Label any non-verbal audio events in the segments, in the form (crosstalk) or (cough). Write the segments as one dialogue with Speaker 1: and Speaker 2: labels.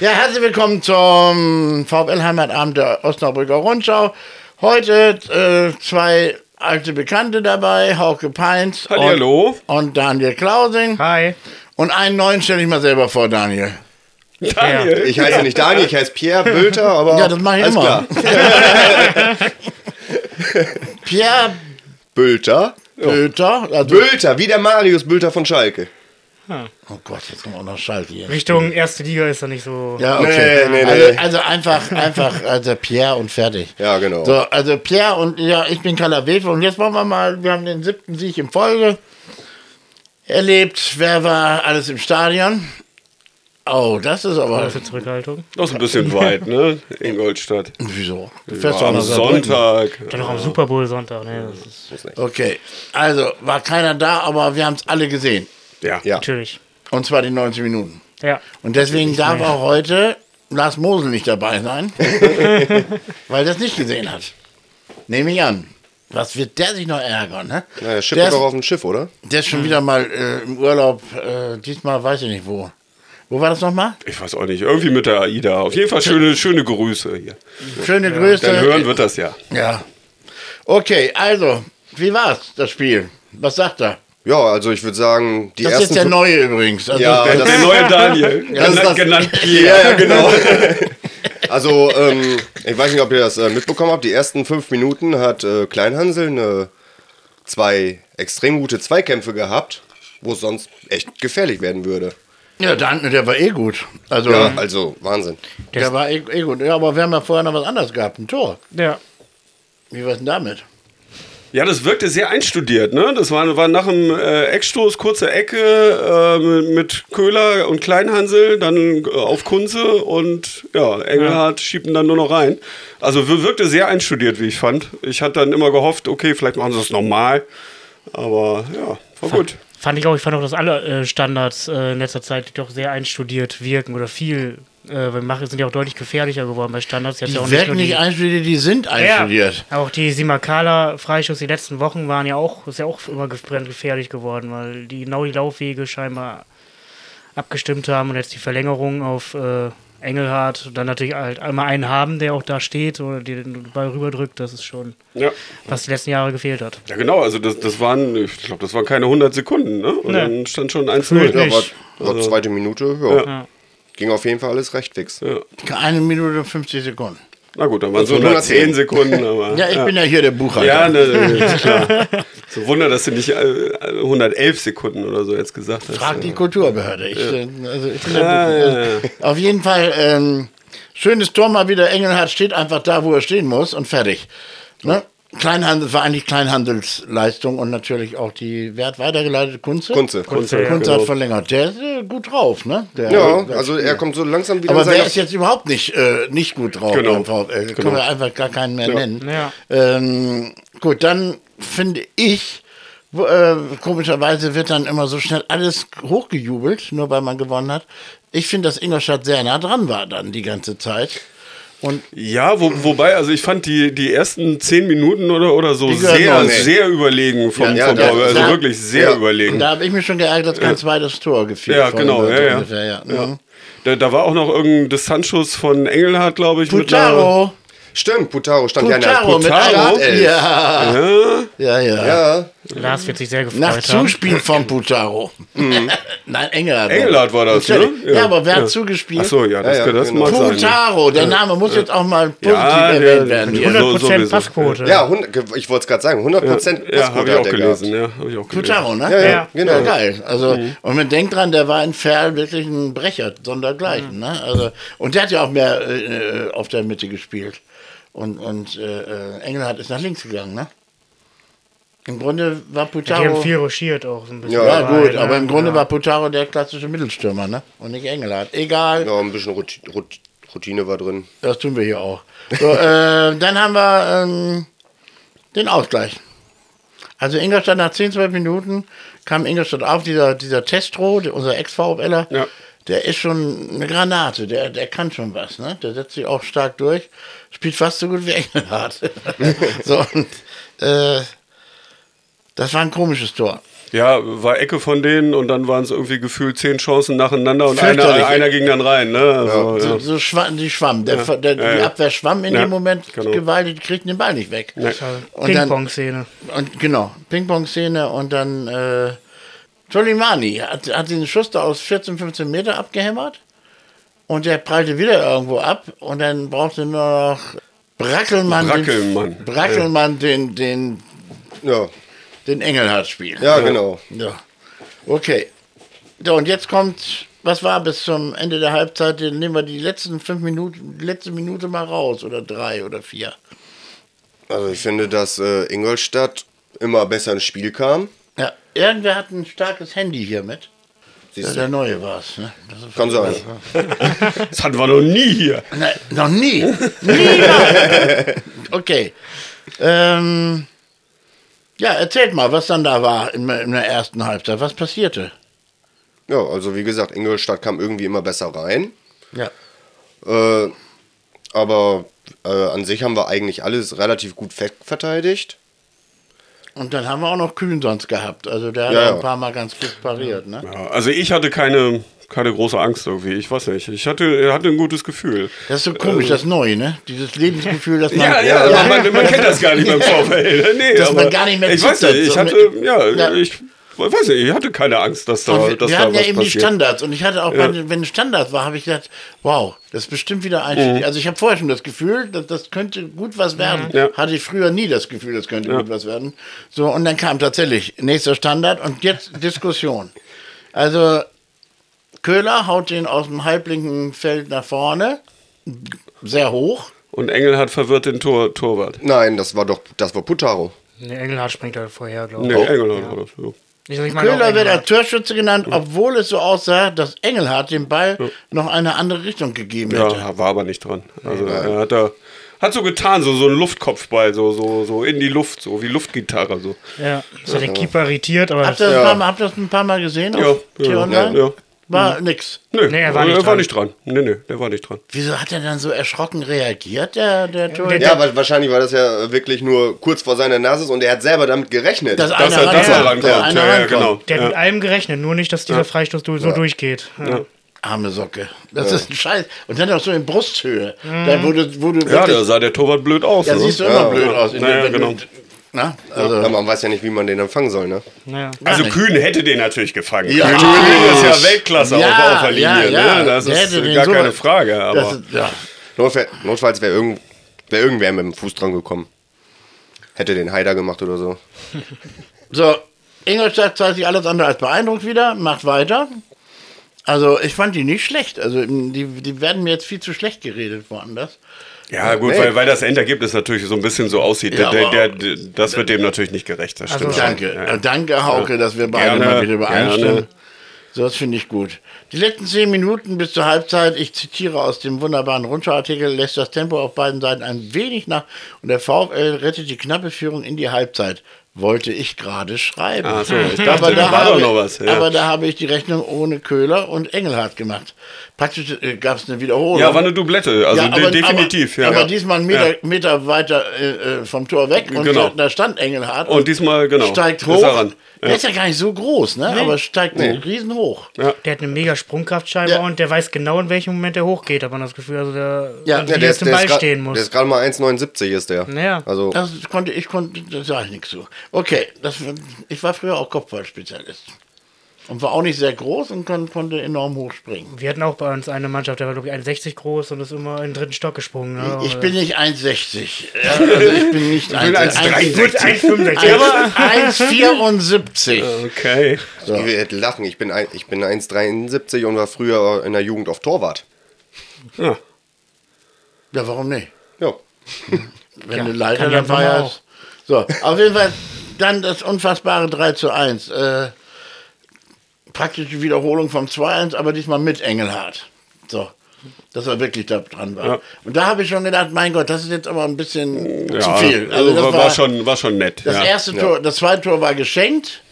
Speaker 1: Ja, herzlich willkommen zum VfL Heimatabend der Osnabrücker Rundschau. Heute äh, zwei alte Bekannte dabei, Hauke Peins und,
Speaker 2: Hallihallo.
Speaker 1: und Daniel Klausing.
Speaker 3: Hi.
Speaker 1: Und einen neuen stelle ich mal selber vor, Daniel.
Speaker 2: Daniel.
Speaker 4: Ich heiße nicht Daniel, ich heiße Pierre Bülter, aber.
Speaker 1: Ja, das mache ich
Speaker 4: alles
Speaker 1: immer.
Speaker 4: Klar.
Speaker 1: Pierre
Speaker 4: Bülter.
Speaker 1: Böter. Also,
Speaker 4: Bülter, wie der Marius Bülter von Schalke.
Speaker 1: oh Gott, jetzt kommt auch noch Schalke hier.
Speaker 3: Richtung erste Liga ist er nicht so.
Speaker 1: Ja, okay.
Speaker 4: Nee, nee,
Speaker 1: also,
Speaker 4: nee.
Speaker 1: also einfach, einfach, also Pierre und fertig.
Speaker 4: Ja, genau.
Speaker 1: So, also Pierre und ja, ich bin Kalawewe und jetzt wollen wir mal, wir haben den siebten Sieg in Folge erlebt. Wer war alles im Stadion? Oh, das ist aber.
Speaker 3: Also Zurückhaltung.
Speaker 2: Das ist ein
Speaker 4: (laughs)
Speaker 2: bisschen weit, ne? Ingolstadt.
Speaker 1: Wieso? Du
Speaker 2: Ja,
Speaker 1: fährst doch
Speaker 2: am
Speaker 1: nach Saarbrücken.
Speaker 2: Sonntag.
Speaker 3: Dann noch am Super Bowl Sonntag. Ne? Das ist
Speaker 1: Okay, also war keiner da, aber wir haben es alle gesehen.
Speaker 2: Ja.
Speaker 4: Ja.
Speaker 3: natürlich.
Speaker 1: Und zwar die 90 Minuten.
Speaker 3: Ja.
Speaker 1: Und deswegen darf auch heute Lars Mosel nicht dabei sein, weil er es nicht gesehen hat. Nehme ich an. Was wird der sich noch ärgern? Ne?
Speaker 4: Na, der Schiff
Speaker 1: der,
Speaker 4: wird
Speaker 1: ist,
Speaker 4: doch auf dem Schiff, oder?
Speaker 1: der ist schon wieder mal äh, im Urlaub. Äh, diesmal weiß ich nicht wo. Wo war das nochmal?
Speaker 2: Ich weiß auch nicht. Irgendwie mit der AIDA. Auf jeden Fall schöne, schöne Grüße hier.
Speaker 1: Schöne Grüße.
Speaker 2: Dann hören wir das ja.
Speaker 1: Ja. Okay, also, wie war's, das Spiel? Was sagt er?
Speaker 4: Ja, also ich würde sagen, die
Speaker 1: Das ist
Speaker 4: ersten.
Speaker 1: jetzt der neue übrigens. Also,
Speaker 4: Ja,
Speaker 2: Das
Speaker 4: das-
Speaker 2: der neue Daniel.
Speaker 4: das ist
Speaker 2: genannt,
Speaker 4: das-
Speaker 2: genannt
Speaker 4: ja,
Speaker 2: Pierre.
Speaker 4: ja, genau. (laughs) Also, ähm, ich weiß nicht, ob ihr das äh, mitbekommen habt. Die ersten fünf Minuten hat äh, Kleinhansel eine, zwei extrem gute Zweikämpfe gehabt, wo es sonst echt gefährlich werden würde.
Speaker 1: ja der, andere, der war eh gut. Also,
Speaker 4: Ja, also Wahnsinn.
Speaker 1: der war eh, eh gut. Ja, aber wir haben ja vorher noch was anderes gehabt, ein Tor.
Speaker 3: Ja.
Speaker 1: Wie war's denn damit?
Speaker 2: Ja, das wirkte sehr einstudiert, ne? Das war, war nach dem äh, Eckstoß, kurze Ecke äh, mit Köhler und Kleinhansel, dann äh, auf Kunze und ja, Engelhardt schiebt ihn dann nur noch rein. Also wir- wirkte sehr einstudiert, wie ich fand. Ich hatte dann immer gehofft, okay, vielleicht machen sie das normal. Aber ja, war gut.
Speaker 3: Fand ich auch, ich fand auch, dass alle äh, Standards äh, in letzter Zeit doch sehr einstudiert wirken oder viel. Äh, weil Mache sind ja auch deutlich gefährlicher geworden bei Standards. Jetzt
Speaker 1: Die
Speaker 3: ja auch
Speaker 1: wirken
Speaker 3: nur die-
Speaker 1: nicht einstudiert, die sind einstudiert.
Speaker 3: Ja, auch die Simakala-Freischuss die letzten Wochen waren ja auch, ist ja auch immer gef- gefährlich geworden, weil die genau die Laufwege scheinbar abgestimmt haben und jetzt die Verlängerung auf äh, Engelhardt, dann natürlich halt einmal einen haben, der auch da steht oder den Ball rüberdrückt, das ist schon,
Speaker 2: Ja.
Speaker 3: was die letzten Jahre gefehlt hat.
Speaker 2: Ja, genau, also das, das waren, ich glaube, das waren keine 100 Sekunden, ne? Und
Speaker 3: Nee.
Speaker 2: dann stand schon
Speaker 3: Gefühlt
Speaker 4: Ja,
Speaker 2: 1-0.
Speaker 3: nicht.
Speaker 4: war, war zweite Minute, also- ja. Ging auf jeden Fall alles recht fix.
Speaker 1: Eine Minute und 50 Sekunden.
Speaker 2: Na gut, dann waren es
Speaker 4: Also
Speaker 2: 110 Sekunden, aber.
Speaker 1: Ja, ich bin ja hier der Buchhalter.
Speaker 2: Ja,
Speaker 1: (laughs)
Speaker 2: ne, ne, ist klar. So Wunder, dass du nicht äh, 111 Sekunden oder so jetzt gesagt hast.
Speaker 1: Frag die Kulturbehörde. Ich, äh, also ich bin der
Speaker 2: Ja, ja, ja.
Speaker 1: Buch- also Auf jeden Fall, ähm, schönes Tor mal wieder. Engelhardt steht einfach da, wo er stehen muss und fertig. Ne? Kleinhandel war eigentlich Kleinhandelsleistung und natürlich auch die, wer hat weitergeleitet? Kunze?
Speaker 4: Kunze.
Speaker 3: Kunze, ja.
Speaker 1: Kunze hat verlängert. Der ist äh, gut drauf, ne? Der,
Speaker 4: Ja, also er kommt so langsam wieder
Speaker 1: Aber
Speaker 4: in seine-
Speaker 1: wer ist jetzt überhaupt nicht, äh, nicht gut drauf
Speaker 2: Genau.
Speaker 1: beim VfL? Können
Speaker 2: Genau.
Speaker 1: wir einfach gar keinen mehr nennen.
Speaker 3: Ja.
Speaker 1: Ähm, gut, dann finde ich, wo- äh, komischerweise wird dann immer so schnell alles hochgejubelt, nur weil man gewonnen hat. Ich finde, dass Ingolstadt sehr nah dran war dann die ganze Zeit. Und
Speaker 2: Ja, wo, wobei, also ich fand die, die ersten 10 Minuten oder, oder so
Speaker 1: Die gehören
Speaker 2: sehr,
Speaker 1: noch
Speaker 4: nicht.
Speaker 2: sehr überlegen vom,
Speaker 4: Ja,
Speaker 2: vom
Speaker 4: ja,
Speaker 2: Bauer. Also
Speaker 1: da-
Speaker 2: wirklich sehr
Speaker 4: ja.
Speaker 2: überlegen.
Speaker 1: da habe ich mich schon geärgert, dass kein zweites Tor gefiel.
Speaker 2: Ja,
Speaker 1: von-
Speaker 2: genau, ja,
Speaker 1: so
Speaker 2: ja.
Speaker 1: ungefähr, ja. Mhm.
Speaker 2: Da, da war auch noch irgendein Distanzschuss von Engelhardt, glaube ich.
Speaker 1: Putaro,
Speaker 4: Stimmt, Putaro stand ja in der
Speaker 1: Putaro mit
Speaker 2: Putaro?
Speaker 1: einem. Ja,
Speaker 2: Mit einer,
Speaker 1: ja, ja.
Speaker 4: Ja,
Speaker 3: Lars wird sich sehr gefreut
Speaker 1: Nach
Speaker 3: haben.
Speaker 1: Zuspiel
Speaker 3: (laughs)
Speaker 1: von Putaro.
Speaker 3: Mhm.
Speaker 1: Nein, Engelhardt.
Speaker 2: ja, Engelhardt war das, ne?
Speaker 1: Natürlich. Ja, aber wer hat zugespielt?
Speaker 2: Achso, ja, das,
Speaker 4: Ja, ja,
Speaker 2: das
Speaker 4: genau.
Speaker 2: mag sein. ne?
Speaker 1: Putaro, der Name muss jetzt auch mal positiv
Speaker 2: Ja, der-
Speaker 1: erwähnt werden.
Speaker 2: mit
Speaker 1: hier.
Speaker 3: 100%
Speaker 2: sowieso.
Speaker 3: Passquote.
Speaker 4: ja 100, ich wollte es gerade sagen, 100% Prozent
Speaker 2: Ja, habe ich auch gelesen.
Speaker 4: Gehabt.
Speaker 2: Ja, Mhm. hab ich auch gelesen.
Speaker 1: Putaro, ne?
Speaker 4: Ja, ja,
Speaker 3: Ja.
Speaker 1: Genau. Ja,
Speaker 4: genau.
Speaker 1: geil. Also, Und man denkt dran, der war in Ferl wirklich ein Brecher, sondergleichen. Ne? Also, und der hat ja auch mehr äh, auf der Mitte gespielt. Und, und äh, äh, Engelhardt ist nach links gegangen, ne? Im Grunde war
Speaker 3: Die haben
Speaker 1: Putaro.
Speaker 3: viel rochiert auch so ein bisschen.
Speaker 4: Ja,
Speaker 1: Ja, gut,
Speaker 3: ne?
Speaker 1: aber im Grunde
Speaker 3: Ja.
Speaker 1: war Putaro der klassische Mittelstürmer, ne? Und nicht Engelhardt.
Speaker 2: ne?
Speaker 1: Egal.
Speaker 4: Ja, ein bisschen Rut- Rut- Routine war drin.
Speaker 1: Das tun wir hier auch. So, (laughs) äh, dann haben wir ähm, den Ausgleich. Also Ingolstadt nach 10, 12 Minuten kam Ingolstadt auf, dieser, dieser Testro, der- unser Ex-VfLer,
Speaker 2: Ja.
Speaker 1: der ist schon eine Granate, der, der kann schon was, ne? Der setzt sich auch stark durch, spielt fast so gut wie (laughs) Engelhardt. so, und, äh, das war ein komisches Tor.
Speaker 2: Ja, war Ecke von denen und dann waren es irgendwie gefühlt zehn Chancen nacheinander und einer,
Speaker 1: Fürchterlich.
Speaker 2: einer ging dann rein. Ne? Also, ja.
Speaker 1: So, so schwamm, die schwamm. Der, der, die
Speaker 2: Ja, ja.
Speaker 1: Abwehr schwamm in
Speaker 2: Ja,
Speaker 1: dem Moment
Speaker 2: genau.
Speaker 1: gewaltig, die kriegten den Ball nicht weg. Und dann-
Speaker 3: Ping-Pong-Szene.
Speaker 1: Und genau, Ping-Pong-Szene und dann äh, Soleimani hat, hat den Schuss da aus 14, 15 Meter abgehämmert und der prallte wieder irgendwo ab und dann brauchte nur noch Brackelmann,
Speaker 2: Brackelmann.
Speaker 1: den, Brackelmann den, den,
Speaker 4: Ja,
Speaker 1: den Engelhardt spielen.
Speaker 4: ja, genau.
Speaker 1: Ja. Okay. So, und jetzt kommt, was war bis zum Ende der Halbzeit? Dann nehmen wir die letzten fünf Minuten, die letzte Minute mal raus oder drei oder vier.
Speaker 4: Also ich finde, dass äh, Ingolstadt immer besser ins Spiel kam.
Speaker 1: Ja, irgendwer hat ein starkes Handy hier mit. Ja,
Speaker 4: Siehst
Speaker 1: der
Speaker 4: du?
Speaker 1: neue war es, ne? Das ist-
Speaker 4: Kann sein.
Speaker 2: Das hatten wir noch nie hier.
Speaker 1: Nein, noch nie.
Speaker 4: Oh. (laughs)
Speaker 1: Niemals. okay. Ähm, ja, erzählt mal, was dann da war in, in der ersten Halbzeit. Was passierte?
Speaker 4: Ja, also wie gesagt, Ingolstadt kam irgendwie immer besser rein.
Speaker 1: Ja.
Speaker 4: Äh, aber äh, an sich haben wir eigentlich alles relativ gut ver- verteidigt.
Speaker 1: Und dann haben wir auch noch Kühn sonst gehabt. Also der hat
Speaker 4: Ja,
Speaker 1: auch
Speaker 4: ja.
Speaker 1: ein paar Mal ganz gut pariert, ne?
Speaker 2: Ja, also ich hatte keine, keine große Angst irgendwie. Ich weiß nicht. Ich hatte, hatte ein gutes Gefühl.
Speaker 1: Das ist so komisch, das Neue, ne? Dieses Lebensgefühl, dass man.
Speaker 2: Äh. Ja, ja,
Speaker 1: (laughs)
Speaker 2: Man, man kennt das gar nicht beim VfL. Nee,
Speaker 1: Dass man
Speaker 2: aber
Speaker 1: gar nicht mehr
Speaker 2: Ich weiß
Speaker 1: zittert,
Speaker 2: nicht, ich
Speaker 1: so
Speaker 2: hatte,
Speaker 1: mit-
Speaker 2: ja,
Speaker 1: Ja.
Speaker 2: ich weiß nicht, ich hatte keine Angst, dass da,
Speaker 1: Und wir
Speaker 2: dass
Speaker 1: wir
Speaker 2: da
Speaker 1: hatten
Speaker 2: was
Speaker 1: ja eben die
Speaker 2: passiert.
Speaker 1: Standards und ich hatte auch, meine, wenn ein Standard war, habe ich gedacht, wow, das ist bestimmt wieder ein.
Speaker 2: Mhm.
Speaker 1: Also ich habe vorher schon das Gefühl, dass das könnte gut was werden.
Speaker 2: Ja.
Speaker 1: Hatte ich früher nie das Gefühl, das könnte gut was werden. So und dann kam tatsächlich nächster Standard und
Speaker 2: (laughs)
Speaker 1: jetzt Diskussion. Also Köhler haut den aus dem halblinken Feld nach vorne, sehr hoch.
Speaker 2: Und Engel hat verwirrt den Tor, Torwart.
Speaker 4: Nein, das war doch, das war Putaro.
Speaker 3: Nee, Engelhardt springt da vorher, glaube
Speaker 2: Nee,
Speaker 1: Oh.
Speaker 3: ich.
Speaker 2: Engel hat das. So.
Speaker 3: Ich, ich meine auch
Speaker 1: Köhler wird als
Speaker 3: Engelhardt.
Speaker 1: Torschütze genannt, obwohl es so aussah, dass Engelhardt den Ball noch eine andere Richtung gegeben hätte.
Speaker 2: Ja, war aber nicht dran. Also er hat da hat so getan, so, so einen Luftkopfball, so, so, so in die Luft, so wie Luftgitarre. So.
Speaker 3: Ja, das hat den Keeper irritiert, aber
Speaker 1: Habt ihr das,
Speaker 4: Ja.
Speaker 1: ein paar Mal- habt ihr das ein paar Mal gesehen?
Speaker 2: Ja,
Speaker 1: auf
Speaker 2: ja,
Speaker 1: T-Online?
Speaker 2: ja, Mhm. ja.
Speaker 1: War nix.
Speaker 2: Nee,
Speaker 3: Nee, er war nicht
Speaker 2: er war
Speaker 3: dran.
Speaker 2: nicht dran. Nee, nee, der war nicht dran.
Speaker 1: Wieso hat er dann so erschrocken reagiert, der, der Torhüter?
Speaker 4: Ja, wa- wahrscheinlich war das ja wirklich nur kurz vor seiner Nase und er hat selber damit gerechnet.
Speaker 1: Dass
Speaker 2: Dass
Speaker 1: einer
Speaker 2: er, dass er
Speaker 1: rankommt,
Speaker 2: rankommt.
Speaker 1: dass
Speaker 2: Ja,
Speaker 1: einer
Speaker 2: ja,
Speaker 1: rankommt.
Speaker 2: genau.
Speaker 3: der hat mit
Speaker 2: Ja.
Speaker 3: allem gerechnet, nur nicht, dass dieser Freistoß so durchgeht. Ja.
Speaker 1: Arme Socke. Das ist ein Scheiß. Und dann auch so in Brusthöhe. Da wurde, wurde
Speaker 2: ja, da sah der Torwart blöd aus.
Speaker 1: da
Speaker 2: ne?
Speaker 1: siehst du immer
Speaker 4: Ja.
Speaker 1: blöd aus. in
Speaker 2: Naja,
Speaker 1: dem- wenn du-
Speaker 2: genau.
Speaker 1: Na, also,
Speaker 4: Ja, man weiß ja nicht, wie man den empfangen soll, ne?
Speaker 3: Naja.
Speaker 2: Also
Speaker 1: Gar nicht.
Speaker 2: Kühn hätte den natürlich gefangen.
Speaker 1: Ja.
Speaker 2: Kühn, Kühn ist ja Weltklasse auf
Speaker 1: Ja,
Speaker 2: der Linie.
Speaker 1: ja, ja.
Speaker 2: Ne? Das
Speaker 1: Der hätte
Speaker 2: ist
Speaker 1: den
Speaker 2: gar
Speaker 1: so-
Speaker 2: keine Frage. Aber
Speaker 1: das ist, ja.
Speaker 4: Notfall, notfalls wäre irgend, wär irgendwer mit dem Fuß dran gekommen. Hätte den Haider gemacht oder so.
Speaker 1: So, Ingolstadt zeigt sich alles andere als beeindruckt wieder, macht weiter. Also, ich fand die nicht schlecht. Also, die, die werden mir jetzt viel zu schlecht geredet woanders.
Speaker 2: ja, gut,
Speaker 4: Nee.
Speaker 2: weil, weil das Endergebnis natürlich so ein bisschen so aussieht.
Speaker 1: Ja,
Speaker 2: der,
Speaker 1: aber-
Speaker 2: der, der, das wird dem natürlich nicht gerecht. Das stimmt.
Speaker 3: Also-
Speaker 2: schon.
Speaker 1: Danke, Äh, danke Hauke, dass wir beide
Speaker 2: Gerne,
Speaker 1: mal wieder
Speaker 2: gerne.
Speaker 1: übereinstimmen. So, das finde ich gut. Die letzten zehn Minuten bis zur Halbzeit, ich zitiere aus dem wunderbaren Rundschauartikel, lässt das Tempo auf beiden Seiten ein wenig nach und der VfL rettet die knappe Führung in die Halbzeit. Wollte ich gerade schreiben.
Speaker 2: Ach so, ich dachte,
Speaker 1: aber,
Speaker 2: da
Speaker 1: da
Speaker 2: war
Speaker 1: habe,
Speaker 2: doch noch was, ja.
Speaker 1: aber da habe ich die Rechnung ohne Köhler und Engelhardt gemacht. Praktisch äh, gab es eine Wiederholung.
Speaker 2: Ja, war eine Doublette. Also
Speaker 1: Ja,
Speaker 2: de- definitiv.
Speaker 1: Aber,
Speaker 2: ja.
Speaker 1: aber diesmal einen Meter, Meter weiter äh, äh, vom Tor weg und
Speaker 2: Genau.
Speaker 1: da stand Engelhardt.
Speaker 2: Und diesmal, genau,
Speaker 1: Steigt
Speaker 2: ist
Speaker 1: hoch.
Speaker 2: er ran.
Speaker 1: Der
Speaker 2: Ja.
Speaker 1: ist ja gar nicht so groß, ne? aber steigt riesen hoch.
Speaker 3: Der hat eine mega Sprungkraft scheinbar
Speaker 1: Ja.
Speaker 3: und der weiß genau, in welchem Moment der hochgeht, hat man das Gefühl, also der,
Speaker 1: Ja,
Speaker 3: und
Speaker 1: ja,
Speaker 3: wie
Speaker 4: der
Speaker 3: er
Speaker 4: ist,
Speaker 3: zum
Speaker 4: der
Speaker 3: Ball
Speaker 4: ist grad-
Speaker 3: stehen
Speaker 4: Der
Speaker 3: muss.
Speaker 4: ist gerade mal 1,79 ist der.
Speaker 3: Ja.
Speaker 4: Also,
Speaker 1: Das konnte ich, konnte, da sage ich nichts zu. Okay, das, ich war früher auch Kopfballspezialist. Und war auch nicht sehr groß und kon, konnte enorm hoch springen.
Speaker 3: Wir hatten auch bei uns eine Mannschaft, der war glaube ich 1,60 groß und ist immer in den dritten Stock gesprungen. Ne?
Speaker 1: Ich bin nicht
Speaker 2: (laughs)
Speaker 1: 1,60. Ja, Also ich bin nicht 1,60.
Speaker 3: 1,65. Aber
Speaker 1: 1,74.
Speaker 2: Okay.
Speaker 4: ich werde lachen. Ich bin, ein, ich bin 1,73 und war früher in der Jugend auf Torwart.
Speaker 2: Ja.
Speaker 1: Ja, warum nicht?
Speaker 4: Ja.
Speaker 1: Wenn eine Leiter
Speaker 3: kann ja
Speaker 1: dabei
Speaker 3: Sommer
Speaker 1: ist. So, auf jeden Fall dann das unfassbare 3 zu 1. Äh, praktisch die Wiederholung vom 2-1, aber diesmal mit Engelhardt. So, dass er wirklich da dran war.
Speaker 2: Ja.
Speaker 1: Und da habe ich schon gedacht, mein Gott, das ist jetzt aber ein bisschen
Speaker 2: Ja,
Speaker 1: zu viel.
Speaker 2: Also war, war, schon, war schon nett.
Speaker 1: das
Speaker 2: ja.
Speaker 1: erste Tor, das zweite Tor war geschenkt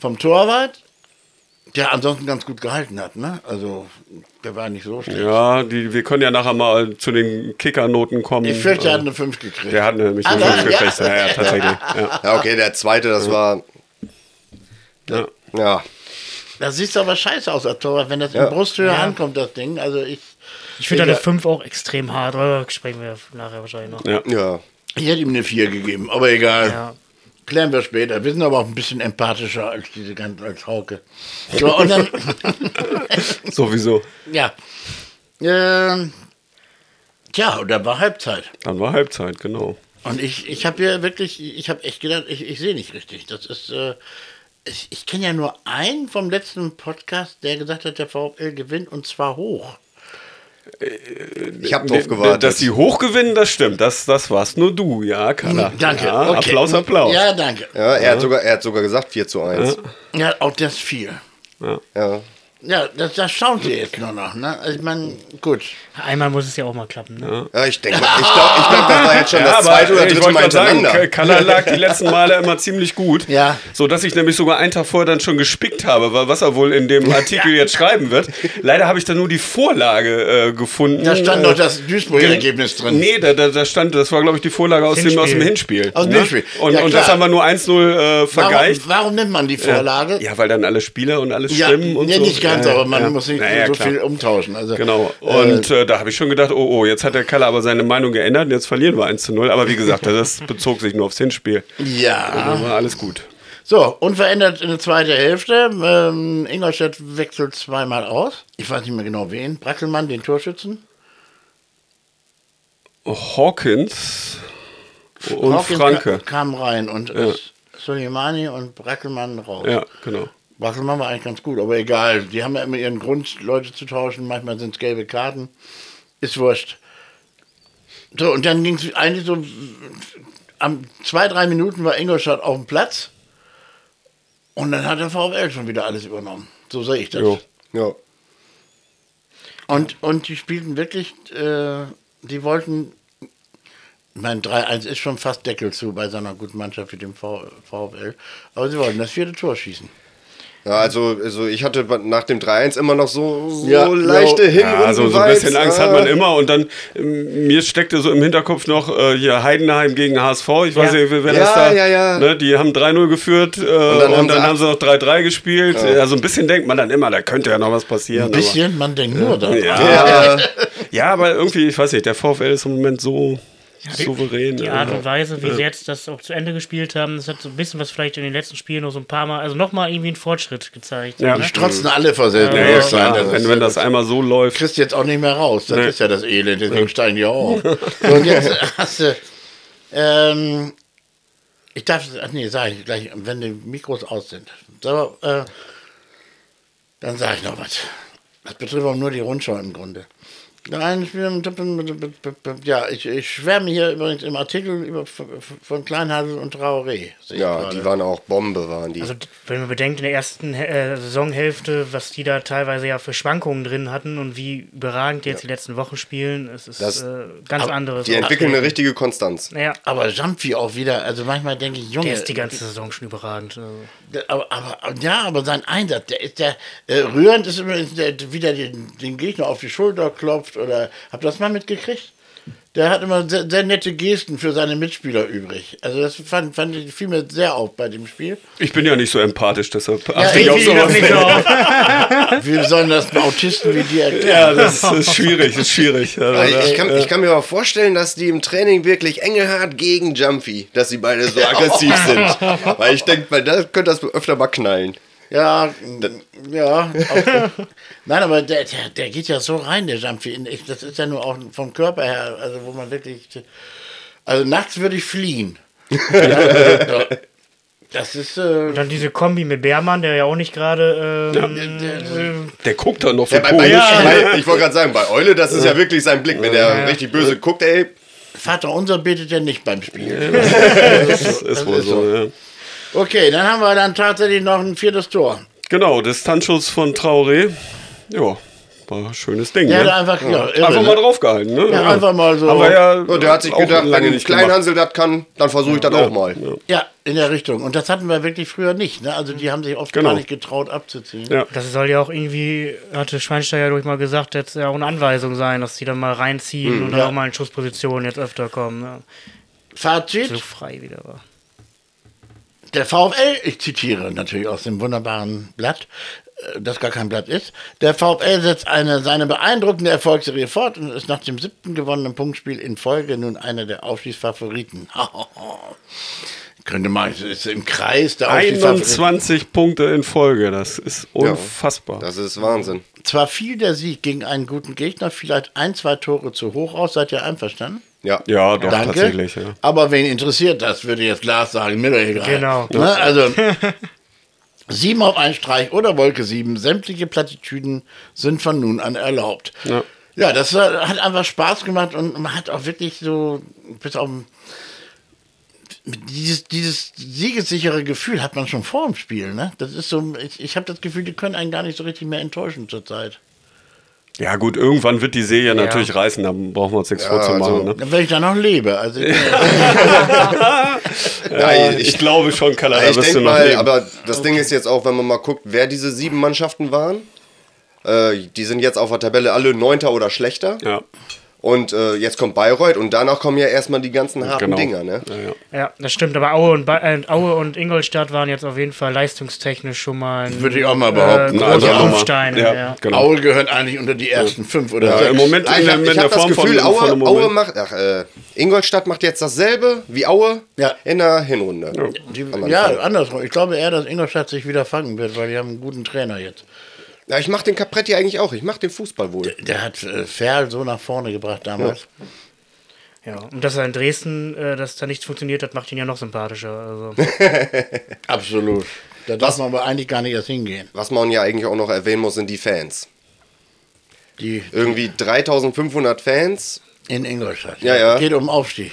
Speaker 1: vom Torwart, der ansonsten ganz gut gehalten hat. Ne? Also, der war nicht so schlecht.
Speaker 2: ja die, wir können ja nachher mal zu den Kickernoten kommen.
Speaker 1: Ich fürchte, er hat
Speaker 2: Also,
Speaker 1: eine 5 gekriegt.
Speaker 2: der hat nämlich eine
Speaker 1: Ah,
Speaker 2: 5
Speaker 1: ja.
Speaker 2: gekriegt. Ja, ja, tatsächlich. Ja.
Speaker 4: Ja, okay, der zweite, das war.
Speaker 2: Ja.
Speaker 4: Ja.
Speaker 1: Das sieht aber scheiße aus als Torwart, wenn das
Speaker 4: Ja.
Speaker 1: in Brusthöhe
Speaker 3: Ja.
Speaker 1: ankommt, das Ding. Also ich,
Speaker 3: Ich finde eine
Speaker 1: Egal.
Speaker 3: 5 auch extrem hart, aber sprechen wir nachher wahrscheinlich noch.
Speaker 2: Ja.
Speaker 4: Ja.
Speaker 1: ich hätte ihm eine 4 gegeben, aber egal.
Speaker 3: Ja.
Speaker 1: Klären wir später. Wir sind aber auch ein bisschen empathischer als diese ganzen, als Hauke. So, und dann, (laughs)
Speaker 2: Sowieso.
Speaker 1: ja. Ähm, tja, und da war Halbzeit.
Speaker 2: Dann war Halbzeit, genau.
Speaker 1: Und ich, ich habe ja wirklich, ich habe echt gedacht, ich, ich sehe nicht richtig. Das ist, äh, ich, ich kenne ja nur einen vom letzten Podcast, der gesagt hat, der VfL gewinnt und zwar hoch.
Speaker 4: Ich habe drauf
Speaker 2: D-
Speaker 4: gewartet.
Speaker 2: Dass die hochgewinnen, das stimmt. Das, das warst nur du, ja, Kalla.
Speaker 1: Danke.
Speaker 2: Ja,
Speaker 1: okay.
Speaker 2: Applaus, Applaus.
Speaker 1: Ja, danke.
Speaker 4: ja, er, Hat sogar, er hat sogar gesagt 4 zu 1.
Speaker 1: Ja, auch das viel.
Speaker 4: Ja.
Speaker 1: Ja, das, das staunt ihr jetzt nur noch, ne? Also ich meine, gut.
Speaker 3: Einmal muss es ja auch mal klappen. Ne?
Speaker 4: Ja, ich denke, ich glaube, ich glaub, das war jetzt schon
Speaker 2: (laughs) Ja, äh,
Speaker 4: das zweite oder
Speaker 2: ich
Speaker 4: dritte
Speaker 2: wollte
Speaker 4: Mal
Speaker 2: gerade sagen, K-
Speaker 4: hintereinander.
Speaker 2: Kalla lag
Speaker 1: (laughs)
Speaker 2: die letzten Male immer ziemlich gut.
Speaker 1: Ja.
Speaker 2: So dass ich nämlich sogar einen Tag vorher dann schon gespickt habe, weil was er wohl
Speaker 1: (laughs)
Speaker 2: in dem Artikel jetzt schreiben wird. Leider habe ich dann nur die Vorlage äh, gefunden.
Speaker 1: Da stand
Speaker 2: äh,
Speaker 1: doch das Duisburg-Ergebnis drin.
Speaker 2: Nee, da, da, da stand, das war glaube ich die Vorlage aus, dem, aus dem Hinspiel.
Speaker 1: Aus dem
Speaker 2: ne?
Speaker 1: Hinspiel.
Speaker 2: Und,
Speaker 1: Ja,
Speaker 2: und
Speaker 1: klar.
Speaker 2: das haben wir nur 1-0 äh, vergleicht.
Speaker 1: warum, warum nimmt man die Vorlage?
Speaker 2: Ja, weil dann alle Spieler und alles
Speaker 1: Ja,
Speaker 2: stimmen und
Speaker 1: nee,
Speaker 2: so.
Speaker 1: nicht ganz,
Speaker 2: Ja,
Speaker 1: aber man
Speaker 2: ja.
Speaker 1: muss nicht
Speaker 2: Naja,
Speaker 1: so
Speaker 2: klar.
Speaker 1: viel umtauschen. Also,
Speaker 2: Genau.
Speaker 1: äh,
Speaker 2: Und äh, da habe ich schon gedacht, oh, oh, jetzt hat der Kalle aber seine Meinung geändert und jetzt verlieren wir 1 zu 0. Aber wie gesagt, das bezog sich nur aufs Hinspiel.
Speaker 1: ja.
Speaker 2: Dann Also war alles gut.
Speaker 1: So, unverändert in der zweiten Hälfte. Ähm, Ingolstadt wechselt zweimal aus. Ich weiß nicht mehr genau wen. Brackelmann, den Torschützen.
Speaker 2: Hawkins und
Speaker 1: Hawkins
Speaker 2: Franke.
Speaker 1: ka- kam rein und Soleimani und Brackelmann raus.
Speaker 2: Ja, genau.
Speaker 1: Brackelmann war eigentlich ganz gut, aber egal. Die haben ja immer ihren Grund, Leute zu tauschen. Manchmal sind es gelbe Karten. Ist wurscht. So, und dann ging es eigentlich so, am zwei, drei Minuten war Ingolstadt auf dem Platz. Und dann hat der VfL schon wieder alles übernommen. So sehe ich das.
Speaker 2: Jo.
Speaker 4: Ja.
Speaker 1: Und, und die spielten wirklich, äh, die wollten, ich meine, 3-1 ist schon fast Deckel zu bei so einer guten Mannschaft wie dem V- VfL, aber sie wollten das vierte Tor schießen.
Speaker 4: Ja, also, also ich hatte nach dem 3-1 immer noch so, so
Speaker 1: Ja,
Speaker 4: leichte
Speaker 1: ja.
Speaker 4: Hinrunden.
Speaker 2: Ja, also so, so ein bisschen Angst
Speaker 4: äh.
Speaker 2: hat man immer. Und dann, ähm, mir steckte so im Hinterkopf noch äh, hier Heidenheim gegen HSV. Ich weiß
Speaker 3: Ja.
Speaker 2: nicht, wer wer
Speaker 4: Ja,
Speaker 2: das da.
Speaker 4: ja, ja.
Speaker 2: Ne, die haben 3-0 geführt äh, und dann, haben, sie noch 3-3 gespielt. Ja. so ein bisschen denkt man dann immer, da könnte ja noch was passieren.
Speaker 1: Ein
Speaker 2: aber-
Speaker 1: bisschen, man denkt nur daran.
Speaker 2: Ja. ja, aber irgendwie, ich weiß nicht, der VfL ist im Moment so souverän.
Speaker 3: Die Art und Weise, wie sie jetzt das auch zu Ende gespielt haben, das hat so ein bisschen was vielleicht in den letzten Spielen noch so ein paar Mal, also nochmal irgendwie einen Fortschritt gezeigt.
Speaker 2: Ja.
Speaker 1: Die
Speaker 3: Ne?
Speaker 1: strotzen alle vor Selbstbewusstsein.
Speaker 2: hm. Ja,
Speaker 1: das
Speaker 2: wenn,
Speaker 1: ist-
Speaker 2: wenn das einmal so läuft.
Speaker 1: kriegst jetzt auch nicht mehr raus. Das
Speaker 2: Nee.
Speaker 1: ist ja das Elend, deswegen steigen die auch auf.
Speaker 2: (laughs)
Speaker 1: Und jetzt (laughs) hast du. Ähm, ich darf es, ach nee, sage ich gleich, wenn die Mikros aus sind. So, äh, dann sage ich noch was. Das betrifft auch nur die Rundschau im Grunde. Nein, ich bin- ja, ich, ich schwärme hier übrigens im Artikel über, von Kleinhasel und Traoré. sehe ich
Speaker 4: Ja,
Speaker 1: gerade.
Speaker 4: die waren auch Bombe, waren die.
Speaker 3: Also wenn man bedenkt, in der ersten äh, Saisonhälfte, was die da teilweise ja für Schwankungen drin hatten und wie überragend die jetzt die letzten Wochen spielen, es ist
Speaker 4: Das-
Speaker 3: äh, ganz anderes.
Speaker 2: also
Speaker 4: die entwickeln eine richtige Konstanz.
Speaker 3: Ja,
Speaker 1: Aber Jumpy auch wieder, also manchmal denke ich, Junge.
Speaker 3: der ist die ganze Saison schon überragend. Also.
Speaker 1: Der- Aber, aber, ja, aber sein Einsatz, der ist der äh, rührend ist übrigens, der wieder den, den Gegner auf die Schulter klopft oder habt ihr das mal mitgekriegt? Der hat immer sehr, sehr nette Gesten für seine Mitspieler übrig. Also das fand, fand ich, fiel mir sehr auf bei dem Spiel.
Speaker 2: Ich bin ja nicht so empathisch, deshalb achte
Speaker 1: ich
Speaker 2: ich auf
Speaker 1: will
Speaker 2: sowas.
Speaker 1: das nicht
Speaker 2: nicht.
Speaker 1: Wie sollen das bei Autisten wie dir erklären?
Speaker 2: Ja, das ist schwierig, ist schwierig. Ja,
Speaker 4: Aber ich,
Speaker 2: ja.
Speaker 4: ich, kann, ich kann mir aber vorstellen, dass die im Training wirklich Engelhardt gegen Jumpy, dass sie beide so
Speaker 2: (laughs)
Speaker 4: aggressiv sind. Weil ich denke, weil da könnte das öfter mal knallen.
Speaker 1: Ja, ja. Auch,
Speaker 2: (laughs)
Speaker 1: nein, aber der, der, der geht ja so rein, der Jumpy. Ich- Das ist ja nur auch vom Körper her, also wo man wirklich. Also nachts würde ich
Speaker 2: (laughs)
Speaker 1: fliehen. ja, das ist. Äh,
Speaker 3: Dann diese Kombi mit Bärmann, der ja auch nicht gerade ähm,
Speaker 2: Der guckt da noch so
Speaker 4: Ja, bei, bei,
Speaker 2: komisch.
Speaker 4: bei, ich wollte gerade sagen, bei Eule, das ist ja wirklich sein Blick. Wenn der richtig böse guckt, ey,
Speaker 1: Vater unser betet ja nicht beim Spiel.
Speaker 2: Das ist wohl so, ja.
Speaker 1: Okay, dann haben wir dann tatsächlich noch ein viertes Tor.
Speaker 2: Genau, Distanzschuss von Traoré. Ja, war ein schönes Ding.
Speaker 1: Der
Speaker 2: ne?
Speaker 1: hat einfach, ja, irre,
Speaker 2: Einfach mal
Speaker 1: ne?
Speaker 2: draufgehalten, ne?
Speaker 1: Ja, einfach mal so.
Speaker 2: Aber ja,
Speaker 4: so, der hat sich
Speaker 2: auch
Speaker 4: gedacht,
Speaker 2: lange
Speaker 4: wenn
Speaker 2: nicht gemacht.
Speaker 4: Kleinhansel das kann, dann versuche ich das auch mal.
Speaker 1: Ja, in der Richtung. Und das hatten wir wirklich früher nicht. Ne? Also die haben sich oft
Speaker 2: Genau.
Speaker 1: gar nicht getraut abzuziehen.
Speaker 2: Ja.
Speaker 3: Das soll ja auch irgendwie, hatte Schweinsteiger durch mal gesagt, jetzt ja auch eine Anweisung sein, dass die dann mal reinziehen und dann
Speaker 1: ja.
Speaker 3: auch mal in Schusspositionen jetzt öfter kommen. Ne?
Speaker 1: Fazit.
Speaker 3: So frei wieder war.
Speaker 1: Der VfL, ich zitiere natürlich aus dem wunderbaren Blatt, äh, das gar kein Blatt ist, der VfL setzt eine, seine beeindruckende Erfolgsserie fort und ist nach dem siebten gewonnenen Punktspiel in Folge nun einer der Aufstiegsfavoriten. (laughs) Könnte man, es ist im Kreis der Aufstiegsfavoriten.
Speaker 2: 21 Punkte in Folge, das ist unfassbar.
Speaker 4: Das ist Wahnsinn.
Speaker 1: Zwar fiel der Sieg gegen einen guten Gegner vielleicht ein, zwei Tore zu hoch aus, seid ihr einverstanden?
Speaker 4: Ja.
Speaker 2: ja, doch,
Speaker 1: Danke.
Speaker 2: tatsächlich. Ja.
Speaker 1: Aber wen interessiert das, würde jetzt Lars sagen. Mir doch egal.
Speaker 3: Genau.
Speaker 1: Ne? Also, (laughs) sieben auf einen Streich oder Wolke sieben. Sämtliche Plattitüden sind von nun an erlaubt. Ja,
Speaker 2: Ja.
Speaker 1: das war- hat einfach Spaß gemacht und man hat auch wirklich so, bis auf dieses, dieses siegessichere Gefühl hat man schon vor dem Spiel. Ne? Das ist so, ich, ich habe das Gefühl, die können einen gar nicht so richtig mehr enttäuschen zurzeit.
Speaker 2: ja, gut, irgendwann wird die Serie natürlich reißen, da brauchen wir uns nichts vorzumachen.
Speaker 4: also-
Speaker 2: ne?
Speaker 1: Wenn ich da noch lebe.
Speaker 2: (laughs)
Speaker 1: Also, ich,
Speaker 4: Ja,
Speaker 2: ich, glaube schon, Kalle, da
Speaker 4: Ich
Speaker 2: wirst
Speaker 4: denke
Speaker 2: du noch
Speaker 4: mal,
Speaker 2: leben.
Speaker 4: aber das Ding ist jetzt auch, wenn man mal guckt, wer diese sieben Mannschaften waren. Äh, die sind jetzt auf der Tabelle alle neunter oder schlechter.
Speaker 2: ja,
Speaker 4: Und äh, jetzt kommt Bayreuth und danach kommen ja erstmal die ganzen harten
Speaker 2: genau.
Speaker 4: Dinger, ne?
Speaker 2: ja, ja.
Speaker 3: Ja, das stimmt. Aber Aue und, Ba- äh, Aue und Ingolstadt waren jetzt auf jeden Fall leistungstechnisch schon mal ein
Speaker 1: Würde ich auch mal behaupten.
Speaker 3: Äh,
Speaker 1: Also
Speaker 3: große
Speaker 1: nochmal.
Speaker 3: Aufsteine,
Speaker 2: ja,
Speaker 3: ja.
Speaker 2: Genau.
Speaker 1: Aue gehört eigentlich unter die ersten fünf oder
Speaker 2: Ja,
Speaker 1: sechs.
Speaker 2: Im Moment
Speaker 4: Ah,
Speaker 2: in
Speaker 4: ich
Speaker 2: der- in
Speaker 4: habe hab
Speaker 2: der
Speaker 4: das
Speaker 2: Form
Speaker 4: Gefühl,
Speaker 2: von, von dem
Speaker 4: Aue,
Speaker 2: Moment.
Speaker 4: Aue macht, ach, äh, Ingolstadt macht jetzt dasselbe wie Aue
Speaker 1: Ja.
Speaker 4: in der Hinrunde.
Speaker 1: Die,
Speaker 4: Am Anfang.
Speaker 1: ja, andersrum. Ich glaube eher, dass Ingolstadt sich wieder fangen wird, weil die haben einen guten Trainer jetzt.
Speaker 4: Ja, ich mache den Capretti eigentlich auch. Ich mache den Fußball wohl.
Speaker 1: Der hat äh, Ferl so nach vorne gebracht damals.
Speaker 3: Ja, und dass er in Dresden, äh, dass da nichts funktioniert hat, macht ihn ja noch sympathischer.
Speaker 1: (laughs)
Speaker 3: Also.
Speaker 1: Absolut. Da darf man aber eigentlich gar nicht erst hingehen.
Speaker 4: Was man ja eigentlich auch noch erwähnen muss, sind die Fans.
Speaker 1: Die
Speaker 4: Irgendwie 3500 Fans.
Speaker 1: in Ingolstadt.
Speaker 4: Ja, ja.
Speaker 1: Geht um Aufstieg.